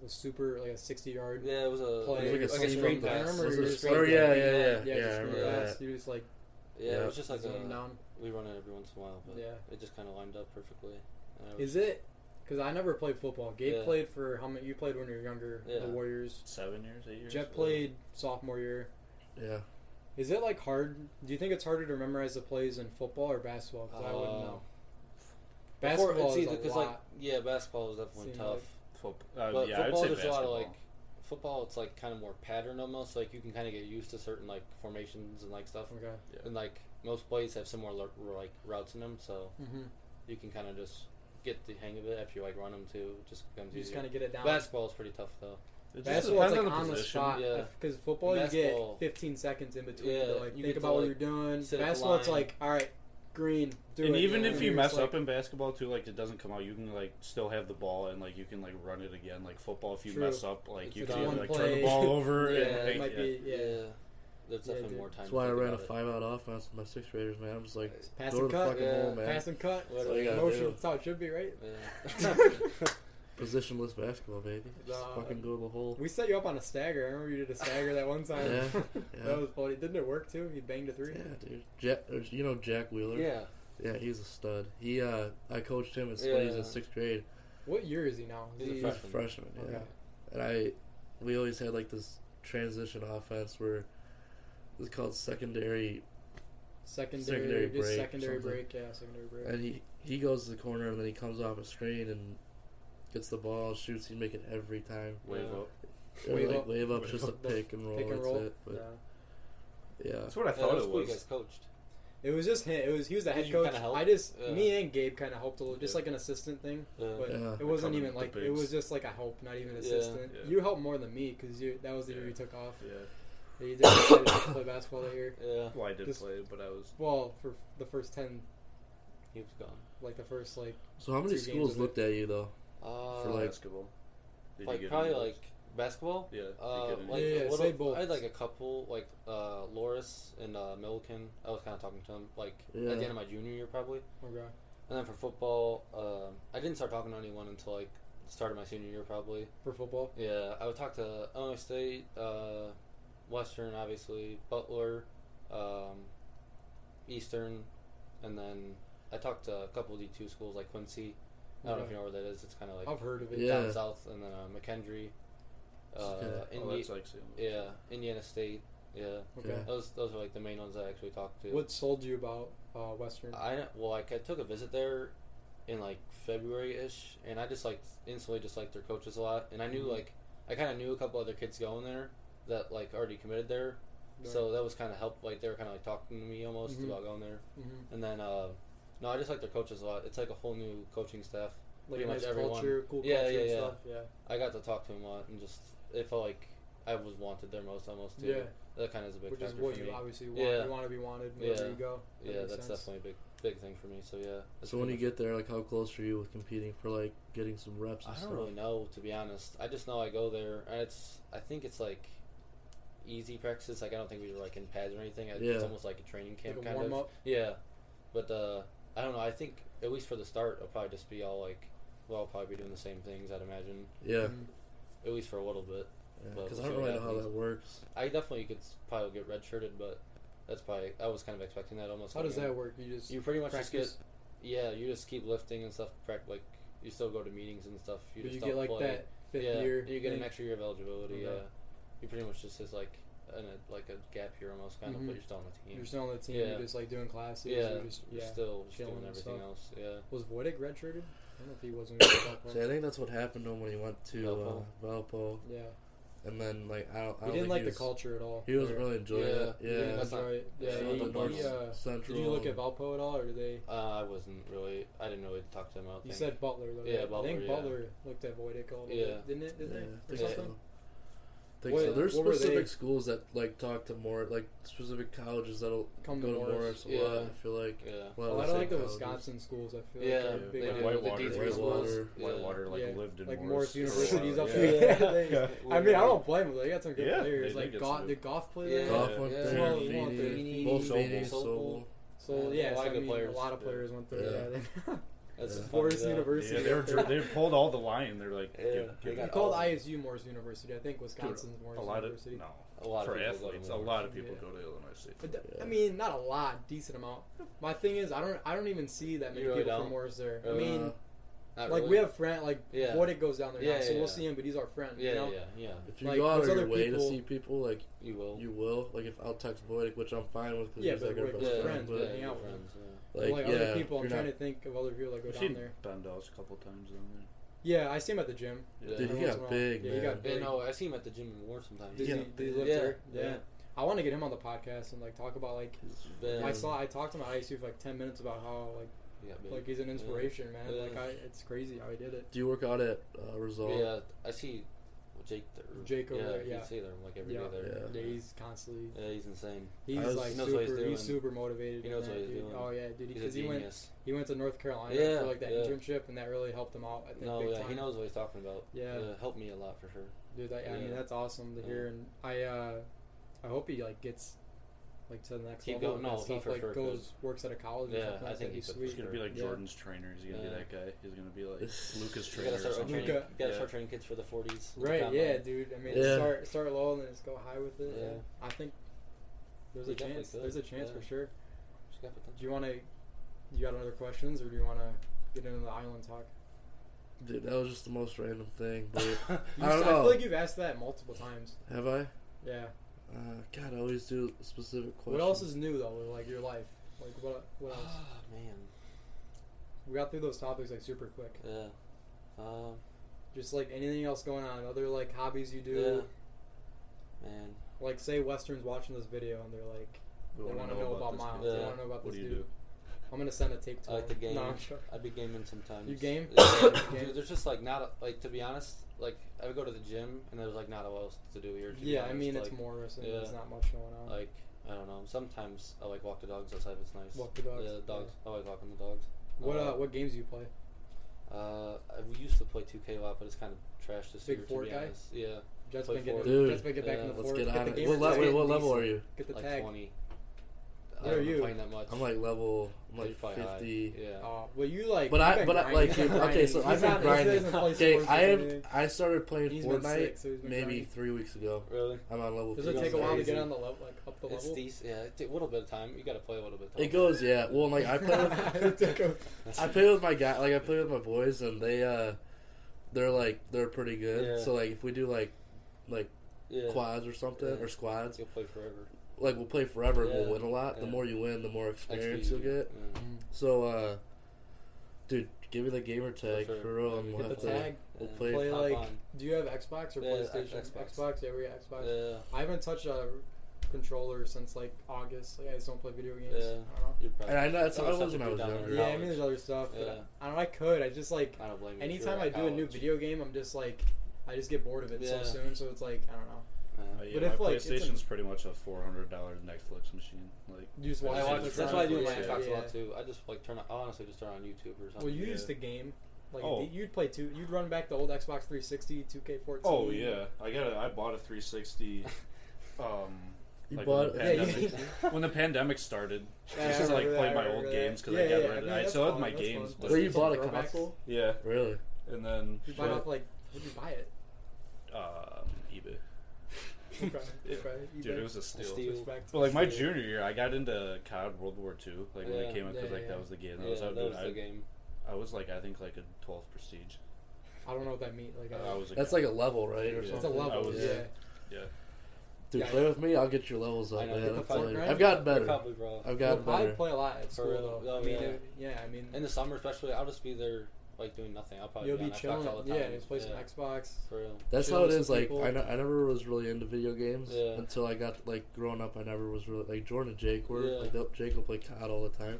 a super like a sixty yard?
Yeah, it was a
Play.
It was like a,
something.
screen pass.
or
was
you
it a
just
score?
like-
Yeah,
Yeah,
yeah, yeah, yeah.
just
I
screen
remember
pass.
that.
You just like
Yeah,
Yeah.
it was just like
zone 'em
a,
down.
we run it every once in a while, but
Yeah.
it just kind of lined up perfectly. And I was-
Is it? Because I never played football. Gabe
Yeah.
played for how many? You played when you were younger.
Yeah.
The Warriors.
Seven years, eight years.
Jet played sophomore year.
Yeah.
Is it like hard? Do you think it's harder to memorize the plays in football or basketball? 'Cause I wouldn't
Uh,
know.
before-
Basketball
it's
is
either-
a
'cause,
lot.
Like, yeah, basketball was definitely
Seemed
tough.
like-
Football. Uh,
but
yeah, I would
football
say
is just a lot of
basketball.
like football. It's like kind of more pattern almost. Like you can kind of get used to certain like formations and like stuff.
okay.
Yeah.
And like most plays have similar lo- like routes in them, so
hmm
you can kind of just get the hang of it after you like run them too. It just becomes
You just
easier.
kind of get it down.
Basketball is pretty tough though.
It just
Basketball, it's
depends
like
on the
on the
position.
spot.
yeah.
Because football,
Basketball-
you get 15 seconds in between
Yeah,
to like
you
think
get to,
about what
like,
you're doing.
sit at the
Basketball, it's
line.
like all right, green. Do
and
it.
even
yeah.
if
And
you
you're
mess
just like-
up in basketball too, like it doesn't come out, you can like still have the ball and like you can like run it again. Like football, if you
True.
mess up, like
It's
you
just
can
one
either, like turn
play.
the ball over.
Yeah,
and,
it
like,
might
yeah.
be yeah.
There's
Yeah,
definitely
dude.
more time.
That's
to
why I
think
ran a
about it.
five out offense with my sixth graders, man. I'm just like,
Pass
go to
and
the
cut.
fucking
Yeah.
hole, man.
Pass and cut.
What
It's
do
like
we gotta
motion.
do?
That's how it should be, right?
Yeah.
Positionless basketball, baby. Just
Nah.
fucking go to the hole.
We set you up on a stagger. I remember you did a stagger that one time.
Yeah,
That
Yeah,
was funny. Didn't it work too? He banged a three.
yeah, dude. Jack, or, you know Jack Wheeler.
yeah.
Yeah, he's a stud. He, uh, I coached him as when he was
Yeah.
in sixth grade.
What year is he now? Is
He's a
he-
He was a
Freshman.
freshman. Yeah.
Okay.
and I we always had like this transition offense where it's called secondary
Secondary,
Secondary
just
break or
secondary
something.
break. Yeah, secondary break.
and he he goes to the corner and then he comes off a screen and gets the ball shoots he'd make it every time
Wave
Yeah.
up.
Or,
Wave
like,
up.
wave up just a
Wave up.
pick and roll
Pick and
that's
roll.
it
yeah.
but yeah
That's what I
Yeah,
thought
that's
it
cool you
was.
guys coached.
It was just him. It was he was the
Did
head
you
coach.
kinda help?
I just
Yeah.
me and Gabe kind of helped a little, just
Yeah.
like an assistant thing.
Yeah.
But
Yeah.
it wasn't
Covering
even
the
like it
bigs.
was just like a help, not even
Yeah.
assistant.
Yeah.
You helped more than me because you that was the year
Yeah.
you took off.
Yeah.
You did decided to play basketball that year.
yeah.
Well, I did
Just-
play, but I was
Well, for the first ten,
He was gone.
like the first like
so how many
Two games
schools
of it.
looked at you though
Uh,
For, like-
basketball. Did you
like
get
probably
any of
like basketball.
those? yeah.
Uh,
did you get any-
like
Yeah,
a
yeah,
little,
say both.
I had like a couple, like uh, Loris and uh, Milliken. I was kind of talking to them, like
Yeah.
at the end of my junior year, probably.
oh god,
And then for football, um, I didn't start talking to anyone until like the start of my senior year, probably.
for football.
Yeah, I would talk to Illinois State, uh, Western, obviously, Butler, um, Eastern, and then I talked to a couple D two schools like Quincy. I don't know if you know where that is. It's kind of like
I've heard of it.
Yeah.
down south, and then uh, McKendree, uh,
Okay.
oh,
Indi-
that's like same.
yeah, Indiana State, yeah.
Okay.
Yeah.
Those those are like the main ones I actually talked to.
What sold you about uh, Western?
I well, like I took a visit there in like February ish, and I just like instantly just liked their coaches a lot, and I knew
Mhm.
like I kind of knew a couple other kids going there that like already committed there,
Right.
so that was kind of helped. Like they were kind of like talking to me almost
Mhm.
about going there,
Mhm.
and then uh, no, I just like their coaches a lot. It's like a whole new coaching staff.
like
pretty
a
much
nice
everyone.
culture, cool
Yeah,
culture
yeah,
and
yeah.
stuff. Yeah,
I got to talk to them a lot, and just it felt like I was wanted there most almost too.
yeah,
That kind of is a big
which is
factor
what
for
you
me.
obviously want.
Yeah.
You want to be wanted
Yeah.
wherever you go. That
yeah,
makes
that's
sense.
definitely a big big thing for me. So yeah. that's
so when
pretty
you
much-
get there like how close are you with competing for like getting some reps
I
and
don't
stuff
really know to be honest. I just know I go there and it's I think it's like easy practices. Like I don't think we were like in pads or anything. I-
Yeah.
It's almost like a training camp
Like a
kind
warm
of.
up.
Yeah. But uh I don't know. I think at least for the start, I'll probably just be all like, well, I'll probably be doing the same things. I'd imagine
yeah
at least for a little bit. But
because
we'll see
I don't
what
really know how
happens.
that works
I definitely could s- probably get redshirted, but that's probably I was kind of expecting that almost.
How does
going
that
in.
work? You just
You pretty much
practice,
just get yeah. You just keep lifting and stuff. Prac like you still go to meetings and stuff. You
but
just
you
don't
get like
play.
that fifth
yeah,
year.
You get an
thing?
extra year of eligibility.
Okay.
Yeah, you pretty much just is like an, a, like a gap year almost kind
Mhm.
of, but you're still on the team.
You're still on the team.
Yeah.
You're just like doing classes.
yeah,
You're just, yeah.
you're still just
chilling
doing
and
everything
stuff.
else. Yeah,
was Voidic redshirted? I don't know if he wasn't.
see I think that's what happened to him when he went to Valpo,
Valpo.
uh, Valpo.
yeah,
and then like I
he
don't, I don't
didn't
think
like
he
the
was,
culture at all.
he was
Or-
really enjoying
Yeah.
it
he didn't
yeah
That's not-
enjoy it.
yeah,
Yeah,
not
he-
the
he,
north
uh,
Central.
did you look at Valpo at all, or did they?
uh, I wasn't really. I didn't really talk to him about.
You
things.
said Butler though.
Yeah,
right? I
Butler,
think
yeah.
Butler looked at Voidic a little
Yeah.
bit, didn't it? Did
Yeah,
they?
I
Or
think
Yeah.
something?
so. think
What-
so. There's
what were
specific
they?
schools that like talk to more like specific colleges that'll
Come
go
to
to
Morris,
Morris a lot.
yeah.
I feel like.
Yeah.
lot
Well,
of
Oh, I
the
don't like the
same colleges.
Wisconsin schools. I feel
Yeah,
like are
Yeah,
big
they
on
do.
that.
Whitewater,
The D3
Whitewater.
schools. Yeah.
Whitewater like
Yeah.
lived in
like Morris
Morris.
University's up
Yeah.
there.
Yeah.
They-
Yeah.
I mean, I don't blame them. They got some good
Yeah,
players.
they
Like
did get
God,
some
did golf play
Yeah.
there?
Golf
Yeah.
went
Yeah.
there.
Well, well,
Feeney,
Feeney,
both
Sobel.
Feeney, Sobel.
So
Yeah,
yeah,
a lot
so,
of
I
good
mean, a
players
lot of
did.
players went through
Yeah.
there.
That's
Yeah.
Forest
funny, yeah.
University.
Yeah, they were dr- they pulled all the line. They're like,
Yeah,
give,
they
give
You
got
it.
called
all of them.
ISU Morris University. I think Wisconsin's Morris
a lot of
University.
no
A lot
for
of people go to
athletes. A
Morris.
lot of people
Yeah.
go to Illinois State.
But th-
Yeah.
I mean, not a lot, decent amount. My thing is, I don't, I don't even see that
You
many
really
people
don't?
from Morris there. I
Really?
mean,
Uh,
Not
like
really.
we have friend, like
Yeah.
Boyd goes down there
Yeah,
now, so
yeah,
we'll
yeah.
see him. But he's our friend.
Yeah,
you know?
yeah, yeah.
if you
like,
go out of
what's
your
other
way to
people-
see people, like
You will.
you will. Like if I'll text Voidic, which I'm fine with because
Yeah,
he's
but
like our
we're
best
good
yeah,
friend.
friends,
But
we're
yeah,
hang
you're
out with
friends,
Like,
like, yeah,
other people, I'm
you're
trying
not-
to think of other people that go
I've
down
seen
there.
Ben Dawes a couple times down there.
Yeah, I see him at the gym.
Yeah.
Dude, he
Every once
got
in a while.
big,
Yeah, he got
man.
yeah.
big.
And no, I see him at the gym in War sometimes.
Does
Yeah.
he, does he live
Yeah,
there?
yeah.
Yeah. I want to get him on the podcast and like talk about like
he's-
Ben.
I
Yeah.
saw I talked to him at ISU for like ten minutes about how like
Yeah, big.
like he's an inspiration, man.
Yeah.
Like I, it's crazy how he did it.
Do you work out at uh, Resolve?
yeah, I see Jake there.
Jake over
yeah,
there,
You
yeah.
see there like every day
Yeah.
there.
Yeah, he's constantly
Yeah, he's insane.
he's
was-
like
He
knows what he's
super he's,
doing.
super motivated.
He
in
knows
that,
what he's
dude.
doing.
Oh yeah, dude,
He's a
because he went
genius.
he went to North Carolina
Yeah,
for like that
yeah.
internship and that really helped him out. I think
no,
big
yeah,
time.
he knows what he's talking about.
Yeah.
helped me a lot for sure.
Dude, I, I mean
Yeah.
that's awesome to
Yeah.
hear, and I uh, I hope he like gets like to the next
Keep
level
going.
and that
No, he
stuff.
for
like
sure
goes works at a college.
Yeah,
or something.
I
like
think
that.
he
He's
could for
sweet.
He's gonna be like
Yeah.
Jordan's trainer. He's gonna
Yeah.
be that guy. He's gonna be like Lucas
You
trainer.
gotta
or
start
something.
training.
Luca.
You gotta
Yeah.
start training kids for the 40s. the
Right,
combine.
yeah, dude. I mean,
Yeah.
start start low and then just go high with it.
Yeah.
and I think there's
You
a
definitely
chance.
could,
There's a chance
yeah.
for sure.
Just got potential.
Do you want to? You got other questions, or do you want to get into the island talk?
Dude, that was just the most random thing. But
You
I don't
s- I
know.
feel like you've asked that multiple times.
have I?
Yeah.
Uh, God, I always do specific questions.
What else is new though? with, Like your life. Like what? What else?
Ah, man.
we got through those topics like super quick.
Yeah. Um.
Just like anything else going on, other like hobbies you do.
Yeah. Man.
Like say Western's watching this video and they're like,
We
they
wanna
want to know about,
this
Miles.
guy.
They
Yeah.
want to know about
What
this
do you
dude.
do?
I'm gonna send a tape to
I like
him.
the game.
No, I'm joking.
I'd be gaming sometimes.
You game?
Yeah.
You game?
Dude, there's just like not a, like to be honest, like I would go to the gym and there's like not a lot else to do here. To be
Yeah, I
honest.
mean
like,
it's Morris and
yeah.
there's not much going on.
like I don't know. Sometimes I like walk the dogs outside. It's nice.
Walk the dogs,
Yeah, dogs. I like walking the dogs.
what
Uh,
uh, what games do you play?
Uh, I- we used to play 2K a lot, but it's kind of trash this
Big
year.
Fort
to be
guy?
honest. Yeah,
Jet's
Play
been getting
Fortnite.
Jet's been getting back
Dude,
in the
Uh, Let's
fourth.
get on
the
it.
gamer
What,
to
le-
get
wait, what
decent.
level are you?
Get the
like
tag.
20.
Where
I
are
haven't been
you?
playing that much.
I'm like level, I'm
You're
like
probably high.
50.
Yeah.
Uh, well, you like.
But
you've
I-
been
but I-
grinding.
like,
You've been
dude, okay, so
grinding.
I've
He's
been
not- he doesn't
grinding.
play
Okay,
sports
I
or
am.
anything.
I started playing
He's been
Fortnite
sick, so he's been
maybe
grinding.
three weeks ago.
Really?
I'm on level.
Does
He
it
goes
50.
take a while to get
crazy.
on the level, like up Oh. the
It's
level?
decent. Yeah, it take a little bit of time. You got to play a little bit. Of time.
It goes, yeah. Well, like I play with
It took a-
I play with my guy, like I play with my boys, and they uh, they're like they're pretty good.
Yeah.
So like if we do like like
Yeah.
quads or something
Yeah.
or squads,
You'll play forever.
like we'll play forever. and
Yeah.
We'll win a lot. The
Yeah.
more you win, the more experience
XP,
you'll get.
yeah.
So, uh, dude, give me the gamer tag
sure.
for real, and we'll
Get the
have to.
tag.
We'll
Yeah.
play.
Play
Hop
like.
on.
Do you have Xbox or
Yeah,
PlayStation?
X- Xbox.
Xbox. Yeah, we got Xbox.
Yeah.
I haven't touched a controller since like August. Like I just don't play video games.
Yeah.
I don't know.
You're probably.
And I know that's
Some
how I
of the
was
stuff you
when I
do
was
down
younger.
there.
Yeah, I mean, there's other stuff. but
Yeah.
I don't know. I could. I just like
I don't blame you.
anytime
You're
I
at
do a new
college.
video game, I'm just like, I just get bored of it
Yeah.
so soon. So it's like, I don't know.
Yeah.
Uh, yeah,
But
my
if, like, it's a-
PlayStation's pretty much a four hundred dollar Netflix machine. Like
You just watch
I
Yeah.
watch,
Netflix
that's why I do
on
my
Netflix,
Xbox a
yeah.
lot too. I just like turn. On, I honestly just turn on YouTube or something.
Well, you
Yeah.
used to game. Like
Oh.
you'd play two. You'd run back the old Xbox 360, 2K14.
oh yeah, I got a, I bought a three sixty.
Oh,
Um,
You
Like
bought
with the
Yeah,
yeah,
you-
pandemic. when the pandemic started,
Yeah,
just
I
to like
remember
play
that, I
my
remember
old
that.
games because
Yeah,
I got
yeah,
rid of.
I mean,
it. I
that's
still have
fun,
my
that's
games,
fun.
but
So you bought a
Throwbacks.
console?
yeah,
Really?
and then
You buy it off like where'd you buy it?
um, eBay.
Okay,
Yeah.
okay, you
Dude,
bet.
it was a steal.
steal.
Respect.
But like my junior year, I got into COD World War Two, like when
Yeah.
it came out, because
Yeah,
like
yeah, yeah.
that was the game that
Yeah,
was out.
that
dude.
was
I,
the game.
I was like, I think like a 12th prestige.
I don't know what that means. Like uh,
I was a
That's like a level, right? Or
It's a
it's
something.
a
I
level.
was-
yeah.
Dude,
Yeah.
play with me. I'll get your levels up,
I know,
man.
get the
I'm telling you.
Fortnite.
I've gotten
You're
better.
Probably bro.
I've
Well,
gotten
I
better.
play a lot at school
For-
though.
oh,
I mean,
yeah.
it- yeah. I mean,
In the summer, especially, I'll just be there like doing nothing. I'll probably
you'll
be,
be
on
chilling.
Xbox all the time.
Yeah, just play some
Yeah,
Xbox.
For real.
That's
chill
how it
with
is.
some
Like
people.
I, n- I never was really into video games
Yeah.
until I got like grown up. I never was really like Jordan and Jake were
Yeah.
like they'll- Jake will play COD all the time.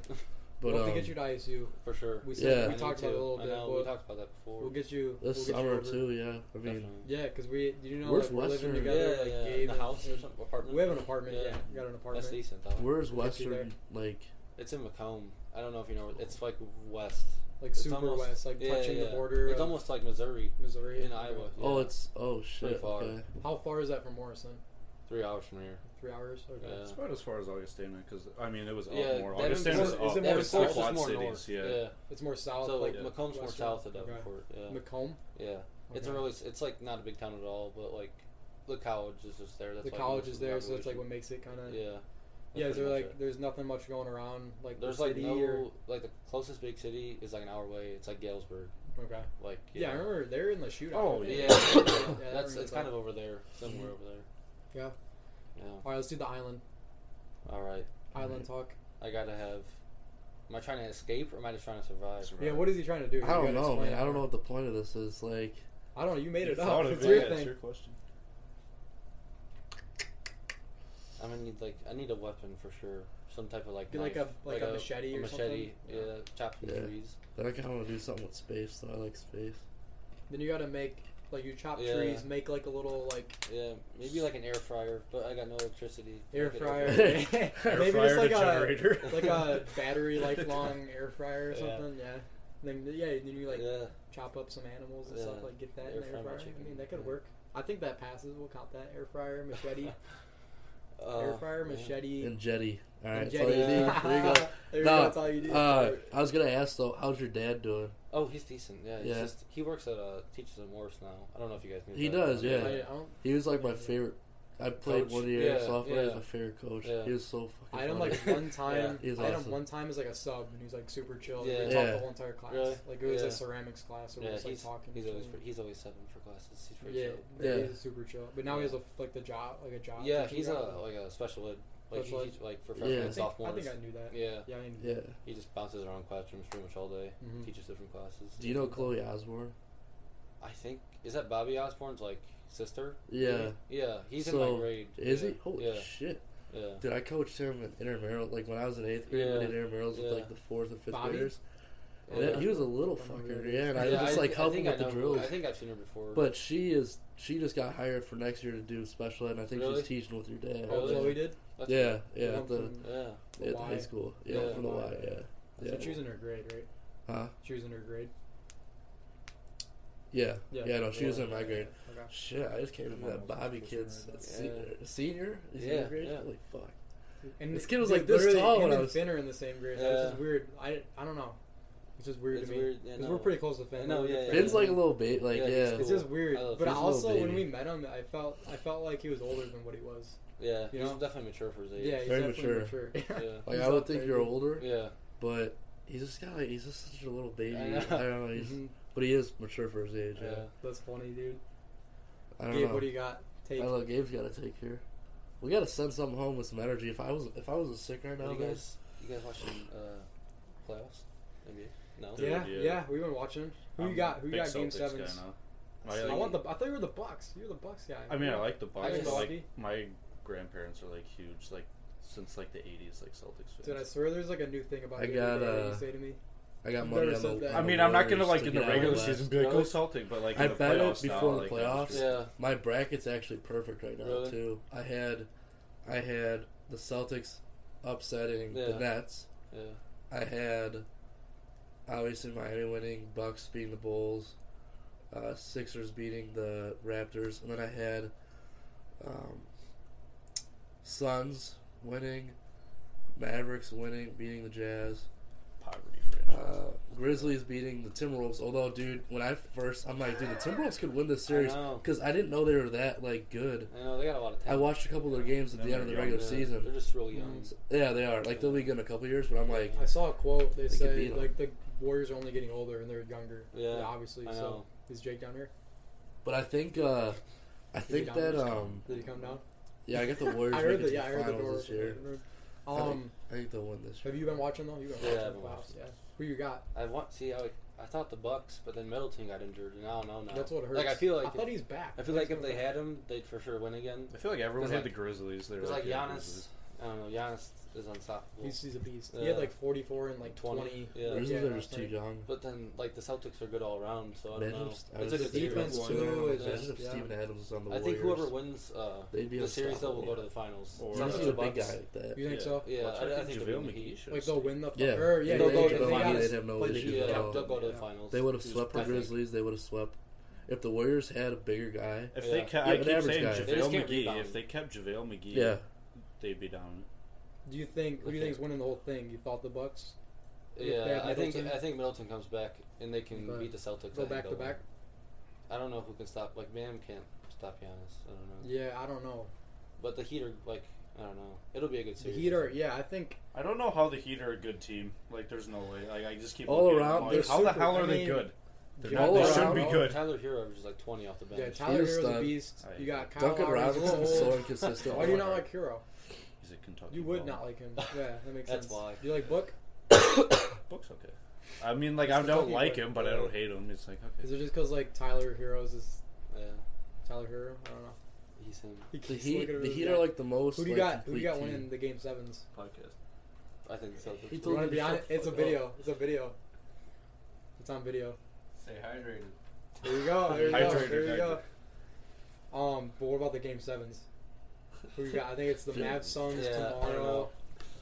But
we'll have
um,
to get you to ISU.
for sure.
We
Yeah.
said,
I
we
need
talked
to.
about it a little
I
bit.
know,
We'll,
we talked about that before.
we'll get you
this
we'll get you
summer
over.
too. Yeah, I mean,
Definitely.
Yeah, because we do you know like,
Where's
we're living
Western?
Yeah,
together
yeah,
like
yeah.
Gabe
In a
and-
house or something apartment.
We have an apartment. Yeah,
Yeah.
we got an apartment.
That's decent though.
where's
We'll get you
Western? Like,
It's in Macomb. I don't know if you know. It's like west.
Like
It's
super
almost-
west, like
yeah,
touching the
yeah.
border.
It's
of
almost like Missouri.
Missouri
in Iowa.
oh,
Yeah.
it's oh shit.
far.
Okay.
How far is that from Morrison?
Three hours from here.
Three hours? Okay.
Yeah.
It's about as far as Augustana because I mean it was up
Yeah,
more.
Devonport-
Augustana was
is it
up.
more
It was like
south?
quad
It's more
cities.
north.
Yeah.
yeah.
It's more south,
So
like
like Macomb's more
western?
south of
Okay.
Davenport. Yeah.
Macomb.
Yeah. It's a
Okay.
really. It's like not a big town at all, but like the college is just there. That's
the
like
college
most
is
of the
there, so that's like what
population.
makes it kind of.
Yeah.
Yeah, is
That's
there
pretty much
like
it.
there's nothing much going around like
There's
the
like
city
no
or
like the closest big city is like an hour away. It's like Galesburg.
okay.
Like
Yeah. I remember they're in the shootout.
Oh,
right?
Yeah,
Yeah.
yeah,
that
that's
rings
it's
a
kind of
bell.
over there, somewhere
Mhm.
over there.
Yeah.
Yeah.
All right, let's do the island
All right. Mm-hmm.
island talk.
I gotta have. Am I trying to escape or am I just trying to survive?
Survive.
Yeah, what is he trying to do? You
I don't
gotta
know,
explain
man.
it.
I don't know what the point of this is. Like,
I don't know. You made
You
it
thought
up.
of
It's
it,
your
yeah,
thing.
It's your question.
I'm gonna need like I need a weapon for sure. Some type of like
Get, like,
knife,
a- like a machete or
machete.
something?
Yeah, chop some
Yeah.
trees.
I kind of want to do something with space. Though I like space.
Then you gotta make like you chop
Yeah.
trees, make like a little like
Yeah, maybe like an air fryer, but I got no electricity.
air
Like an
fryer,
Air
maybe just like a
generator.
like a battery lifelong air fryer or
Yeah.
something. Yeah. Then yeah, then you like
yeah,
chop up some animals and
Yeah.
stuff, like get that
Air
in the
fry
air
my
fryer. I
chicken.
mean, that could
Yeah.
work. I think that passes. We'll count that air fryer, machete,
Uh,
air fryer,
yeah.
machete,
And jetty. All right,
and
that's all you
jetty.
need. There you go.
There you
Nah,
go, That's all you need.
Uh, I was gonna ask though, how's your dad doing?
Oh, he's decent. Yeah, he's
Yeah.
just he works at uh teaches at Morris now. I don't know if you guys knew.
He
that.
does,
I,
yeah.
I don't.
He was like my favorite. I played
Coach?
one year
Yeah,
of sophomore. He was
yeah.
my favorite coach.
Yeah.
He was so fucking.
I had him
funny.
like one time.
He was
I had him
awesome.
one time as like a sub, and he was like super chill.
Yeah.
We talked
Yeah.
the whole entire class.
Really?
Like it was
Yeah.
a ceramics class, so we
Yeah,
were just like
he's-
talking.
He's
to
always
him.
he's always seven for classes. He's pretty
yeah,
chill.
yeah,
Yeah.
he's super chill. But now he has a like the job, like a job.
Yeah,
teaching
he's
job.
a like a special ed, like
Special
he,
ed.
he's like for
Yeah.
I
freshmen and
think, I
sophomores.
think I knew that.
yeah,
Yeah, I mean,
Yeah.
he just bounces around classrooms pretty much all day.
mhm.
Teaches different classes.
Do you know Chloe Osborne?
I think is that Bobby Osborne's like sister?
Yeah.
Yeah, he's in
So,
my grade.
Is
yeah.
he? Holy
yeah,
shit!
yeah.
Dude, I coached him in intramural. Like when I was in eighth grade,
Yeah.
we did intramurals
Yeah.
with like the fourth and fifth
Bobby?
graders.
Oh,
And that-
yeah.
he was a little
I remember
fucker,
who he
yeah.
is.
And I
Yeah,
just
I
like
th- I
help him
think
with
I
the
know-
drills.
I think I've seen her before.
But she is she just got hired for next year to do special ed. and I think
Really?
she's teaching with your dad.
Oh,
Really?
Chloe did.
That's
Yeah,
The
yeah, at
one
the,
from-
Yeah.
at the
Y.
high school. Yeah,
Yeah,
from the
Y.
Y. Yeah, yeah,
So she was in her grade, right?
huh?
She was in her grade.
Yeah, yeah. no, she was in my grade.
Okay.
Shit, I just came to
I'm
that
almost
Bobby
pushing her
kid's
right now.
senior. senior? Is he in
Yeah,
your grade?
yeah.
Holy fuck!
And
This kid was,
dude,
like, this
literally,
tall
him
when I
and
was-
Finn are in the same grade. That's
Yeah.
just weird. I I don't know. It's just weird
It's
to me.
weird. Yeah,
Because
no.
we're pretty close to Finn.
I know,
We're
yeah,
friends.
Finn's like a little bit, like
Yeah,
yeah,
he's
It's just weird.
I love
But
Finn's
a
also,
little
when we
baby.
met him, I felt I felt like he was older than what he was.
Yeah,
You
he's
know?
definitely mature for his age.
Yeah, he's
Very
definitely mature.
Yeah.
like
He's
I would
up
think
there,
you're
dude.
older,
Yeah.
but he's just got like he's just such a little baby.
I
I,
know. Mm-hmm.
don't know, he's,
Mhm.
but he is mature for his age. Yeah,
Yeah.
That's funny, dude.
I don't
Gabe,
know.
what do you got? Take.
I love Gabe's got to take care. We got to send something home with some energy. If I was if I was sick right now,
You
guys,
guys, you guys watching uh, playoffs? Maybe. No.
Dude,
yeah,
yeah.
yeah. We've been watching. Who
I'm
you got? Who you
big
got? Game
Celtics guy
sevens.
now.
I,
My,
I
like,
want the. I thought you were the Bucks. You're the Bucks guy.
I mean, I like the Bucks.
just-
but, like
Milwaukee?
my grandparents are like huge, like since like the '80s, like Celtics fans.
Dude, I swear there's like a new thing about
I
you
got,
every day
uh,
you say to me.
I got
You've
money
never
on
said
the.
that.
on
I
the
mean, I'm not gonna
Warriors
like
to
in the
get out of
regular
West.
season be like, go
Really?
Celtic, but like
I
in the
bet it
playoffs
before
now,
the
like,
playoffs.
just-
Yeah.
My bracket's actually perfect right now
Really?
too. I had, I had the Celtics upsetting
Yeah.
the Nets.
Yeah.
I had obviously Miami winning, Bucks beating the Bulls, uh, Sixers beating the Raptors, and then I had um, Suns winning, Mavericks winning, beating the Jazz,
poverty franchise.
uh, Grizzlies beating the Timberwolves. Although, dude, when I first, I'm like, dude, the Timberwolves could win this series
I know.
because I didn't know they were that like good.
I know they got a lot of
I
talent.
watched a couple of their games at
Then
the end of the
they're
regular
Yeah, They're
season.
just real young.
Mhm.
Yeah, they are. Like they'll be good in a couple of years, but I'm like,
I saw a quote. They,
They could
say
beat 'em.
like the Warriors are only getting older and they're younger.
Yeah,
obviously.
I
So
know.
is Jake down here?
But I think uh I
Did he
think
down
that
this
um
Did he come down?
yeah, I got the Warriors
I heard
making
the
to
yeah, I
the
heard the
finals
door.
this year.
opened.
I think-
Um,
I think they'll win this year.
have you been watching though? You've been
Yeah,
watching
I've
the
been
playoffs,
watching.
Yeah. Who you got?
I want see I, I thought the Bucks, but then Middleton got injured, and I don't know now.
That's what hurts.
Like I feel like
I
if,
thought he's back.
I feel like if they had him, they'd for sure win again.
I feel like everyone
Because,
had
like-
the Grizzlies. They were
Because like
yeah,
Giannis,
Grizzlies.
I don't know. Giannis is unstoppable.
He's, he's a beast. He had
Yeah.
like 44 and like 20.
20, yeah.
Or,
Grizzlies
yeah,
are just
last
too
night.
young.
but then, like the Celtics are good all around, so I don't
Imagine
know.
if, I
It's
was
like a
just thinking
defense,
about
too,
one,
is
Imagine if
just-
Steven Adams was on the
I
Warriors.
think whoever wins uh,
They'd be
the series though will
unstoppable.
go to the finals.
Or,
As long
Versus
as he's
the
a big
Bucks.
guy like that.
You think so?
Yeah,
Watch
I, I
out,
think they'll
JaVale
win the
McGee
Heat.
should've
Like they'll win the.
Yeah.
Or, yeah,
They'll
they'll
go
go
to the
they got
finals.
us.
They'd have no
But
But
issue
yeah,
yeah,
at
they'll
all.
they'll go to the
yeah.
finals.
They would have
Who's-
swept
I
the
think.
Grizzlies. They would have swept. If the Warriors had a bigger guy,
If
Yeah.
they kept,
Yeah,
I
but
keep
average
saying
They
guys.
just
JaVale
can't
McGee.
rebound.
If they kept JaVale McGee,
yeah,
they'd be down.
Do you think who do you
Okay.
think's winning the whole thing? You thought the Bucks If they
Yeah,
have
I think
Middleton.
I think Middleton comes back and they can
But
beat the Celtics. I
go
think
back to
they'll win.
back?
I don't know who can stop. Like Bam can't stop Giannis. I don't know.
Yeah, I don't know.
But the Heat are like I don't know. It'll be a good
The
series.
Heat are yeah, I think
I don't know how the Heat are a good team. Like, there's no way. Like, I just keep
All
looking at
around,
them,
they're
Like, how the
super-
hell
I
are they
mean,
good?
They're
not-
all
They
around-
should be good.
Tyler Hero averages like twenty off the
yeah,
bench.
Tyler
He's
Hero's a
stud.
beast.
I-
You got Kyle
Duncan
Lowry, he's a little
Robinson's so
old.
inconsistent.
Why do you not like Hero?
He's a Kentucky.
You would
baller.
not like him. Yeah, that makes
That's
sense.
why.
You like Book?
Book's okay. I mean, like, I don't
Kentucky,
like
but-
him, but I don't hate him. It's like,
Is
okay.
it just because like Tyler Heroes is
yeah,
Tyler Hero? I don't know.
he's him.
He
The
keeps
Heat,
looking at
the
his
Heat
guy.
are like the most.
who do you got?
like,
Who do
complete
you got
team.
winning the game sevens?
Podcast.
I think the Celtics.
He
You
told
will.
want
me
to be
to
on
shut
it?
the
It's a
fuck
video.
up.
It's a video. It's on video.
Stay hydrated.
There you go. There you go.
Hydrated,
There you go. Um, but what about the game sevens? Who you got? I think it's the Mavs Suns
Yeah, I don't
tomorrow.
know.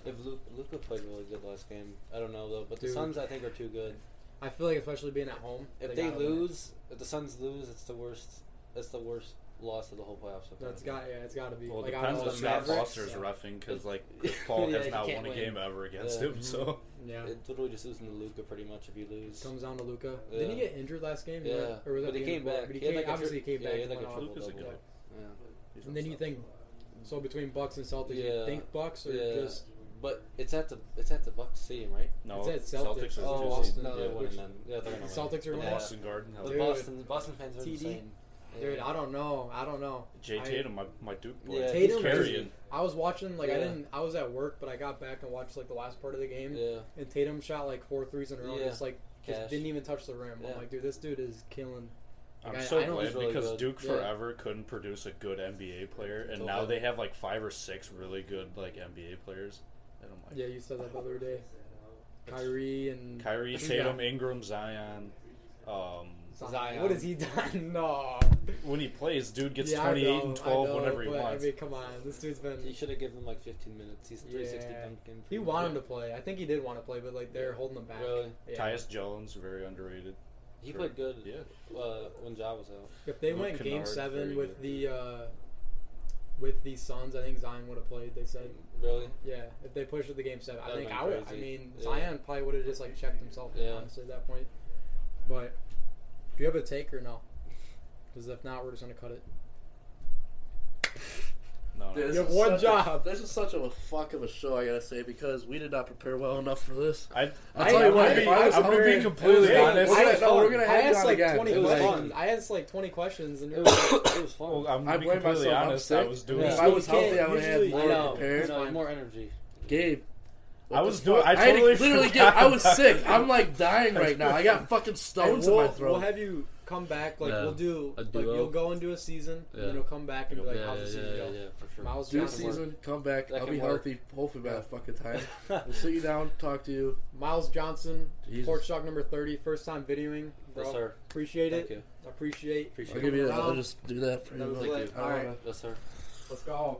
If Luke Luca played really good last game, I don't know though. But the
Dude.
Suns, I think, are too good.
I feel like especially being at home,
If they
gotta win it.
lose, if the Suns lose, it's the worst. That's the worst loss of the whole playoffs. so far.
that's got yeah, it's got to be.
Well,
like,
it
I
depends
don't know,
on
the
Scott
Mavericks.
Foster's
Mm-hmm.
roughing because, like, Chris
Yeah,
Paul
he
has not
can't
won a
win.
game ever against
Yeah.
him, so.
Yeah,
It's literally just losing to Luca pretty much if you lose.
comes down to Luca.
Yeah.
Didn't he get injured last game?
Yeah,
or was that
but
the
he
game
came
before?
back.
But he,
had,
came,
like, a
obviously
tri-
he came
yeah,
back.
He had
and
like a
went off.
triple
Luka's a
double.
guy.
Yeah.
And then you think so between Bucks and Celtics, you
Yeah.
think Bucks or
Yeah.
just
But it's at the it's at the Bucks Stadium, right?
No,
It's at Celtics.
Celtics is
It's
oh,
the
two
Boston.
seed.
No, they're
Yeah.
winning then. Yeah, they're gonna
The
win.
Celtics are
The
winning?
Boston,
Boston Garden.
the
Dude.
Boston, the Boston fans are
TD?
insane.
dude?
Yeah.
I don't know. I don't know.
Jay
I-
Tatum, my, my Duke boy.
Yeah,
he's
Tatum is-
carrying.
I was watching like I
Yeah.
didn't. I was at work, but I got back and watched like the last part of the game.
Yeah,
And Tatum shot like four threes in a row.
Yeah.
Just like just
Cash.
didn't even touch the rim.
Yeah.
I'm like, dude, this dude is killing.
I'm
Like, I-
so
I know
glad
he's really
because
good.
Duke
Yeah.
forever couldn't produce a good NBA player, and
Totally.
now they have like five or six really good like NBA players. And I'm like,
Yeah, you said that the other day. Kyrie and
Kyrie,
Yeah.
Tatum, Ingram, Zion. Um,
Zion.
What has he done? No.
when he plays, dude gets
Yeah, I
28
know,
and
I
12
know,
whenever he
but,
wants.
I mean, come on, this dude's been.
he should have given him like 15 minutes. He's a 360
Yeah.
pumpkin.
He wanted him to play. I think he did want to play, but like they're holding him back.
Really?
Yeah.
Tyus Jones, very underrated.
He
Sure.
played good.
Yeah.
Uh, when Ja was out.
If they
Luke
went Game
Kennard,
Seven
very
with
good.
the uh, with the Suns, I think Zion would have played. They said.
Really?
Yeah, if they pushed it to game seven, I
That'd
think
been
I would. I
crazy.
mean,
Yeah.
Zion probably would have just like checked himself.
Yeah.
honestly, at that point. But do you have a take or no? Because if not, we're just gonna cut it.
No, no.
This
You have
is
one
such a-
job.
this is such a fuck of a show, I gotta say, because we did not prepare well enough for this.
I,
I'll
I-
tell you what,
I-
am
if I
gonna
was
be, I'm gonna
hungry-
be completely
Hey,
honest.
I
we're gonna-
had
no,
fun.
oh, we're gonna
I
have you
asked
on
like
again.
twenty
It was
questions.
fun.
I asked like twenty questions, and
It
you're
was,
like,
it was fun.
Well, I'm
I
gonna be
blame
completely
myself, I'm
honest. I
sick.
was
Yeah.
doing
If I was
You can't
healthy, I would have had
usually-
more
I know.
prepared.
No, more energy.
Gabe. what
I
the
was
fuck?
doing. I
had to
totally
literally
forgot
get. I was
about
sick.
it.
I'm like dying right now. I got fucking
Hey,
stones
we'll,
in my throat.
we'll have you come back. Like
Yeah.
we'll do.
A
Like
duo.
you'll go and do a season, and
Yeah.
then you'll come back and be like,
yeah,
"How's the
yeah,
season
yeah,
go?"
yeah, for sure.
Miles
Do
Johnson.
a season, come back.
That
I'll
can
be
work.
healthy, hopefully by
Yeah.
that fucking time. we'll sit you down, talk to you.
Miles Johnson,
Jesus.
Porch Dog number thirty, first time videoing. Bro,
Yes, sir.
appreciate
Thank
it.
you.
Appreciate.
Appreciate
I'll
it.
Come
give you.
around.
I'll just do that for you.
Another
real
play.
quick.
All right,
Yes, sir.
let's go.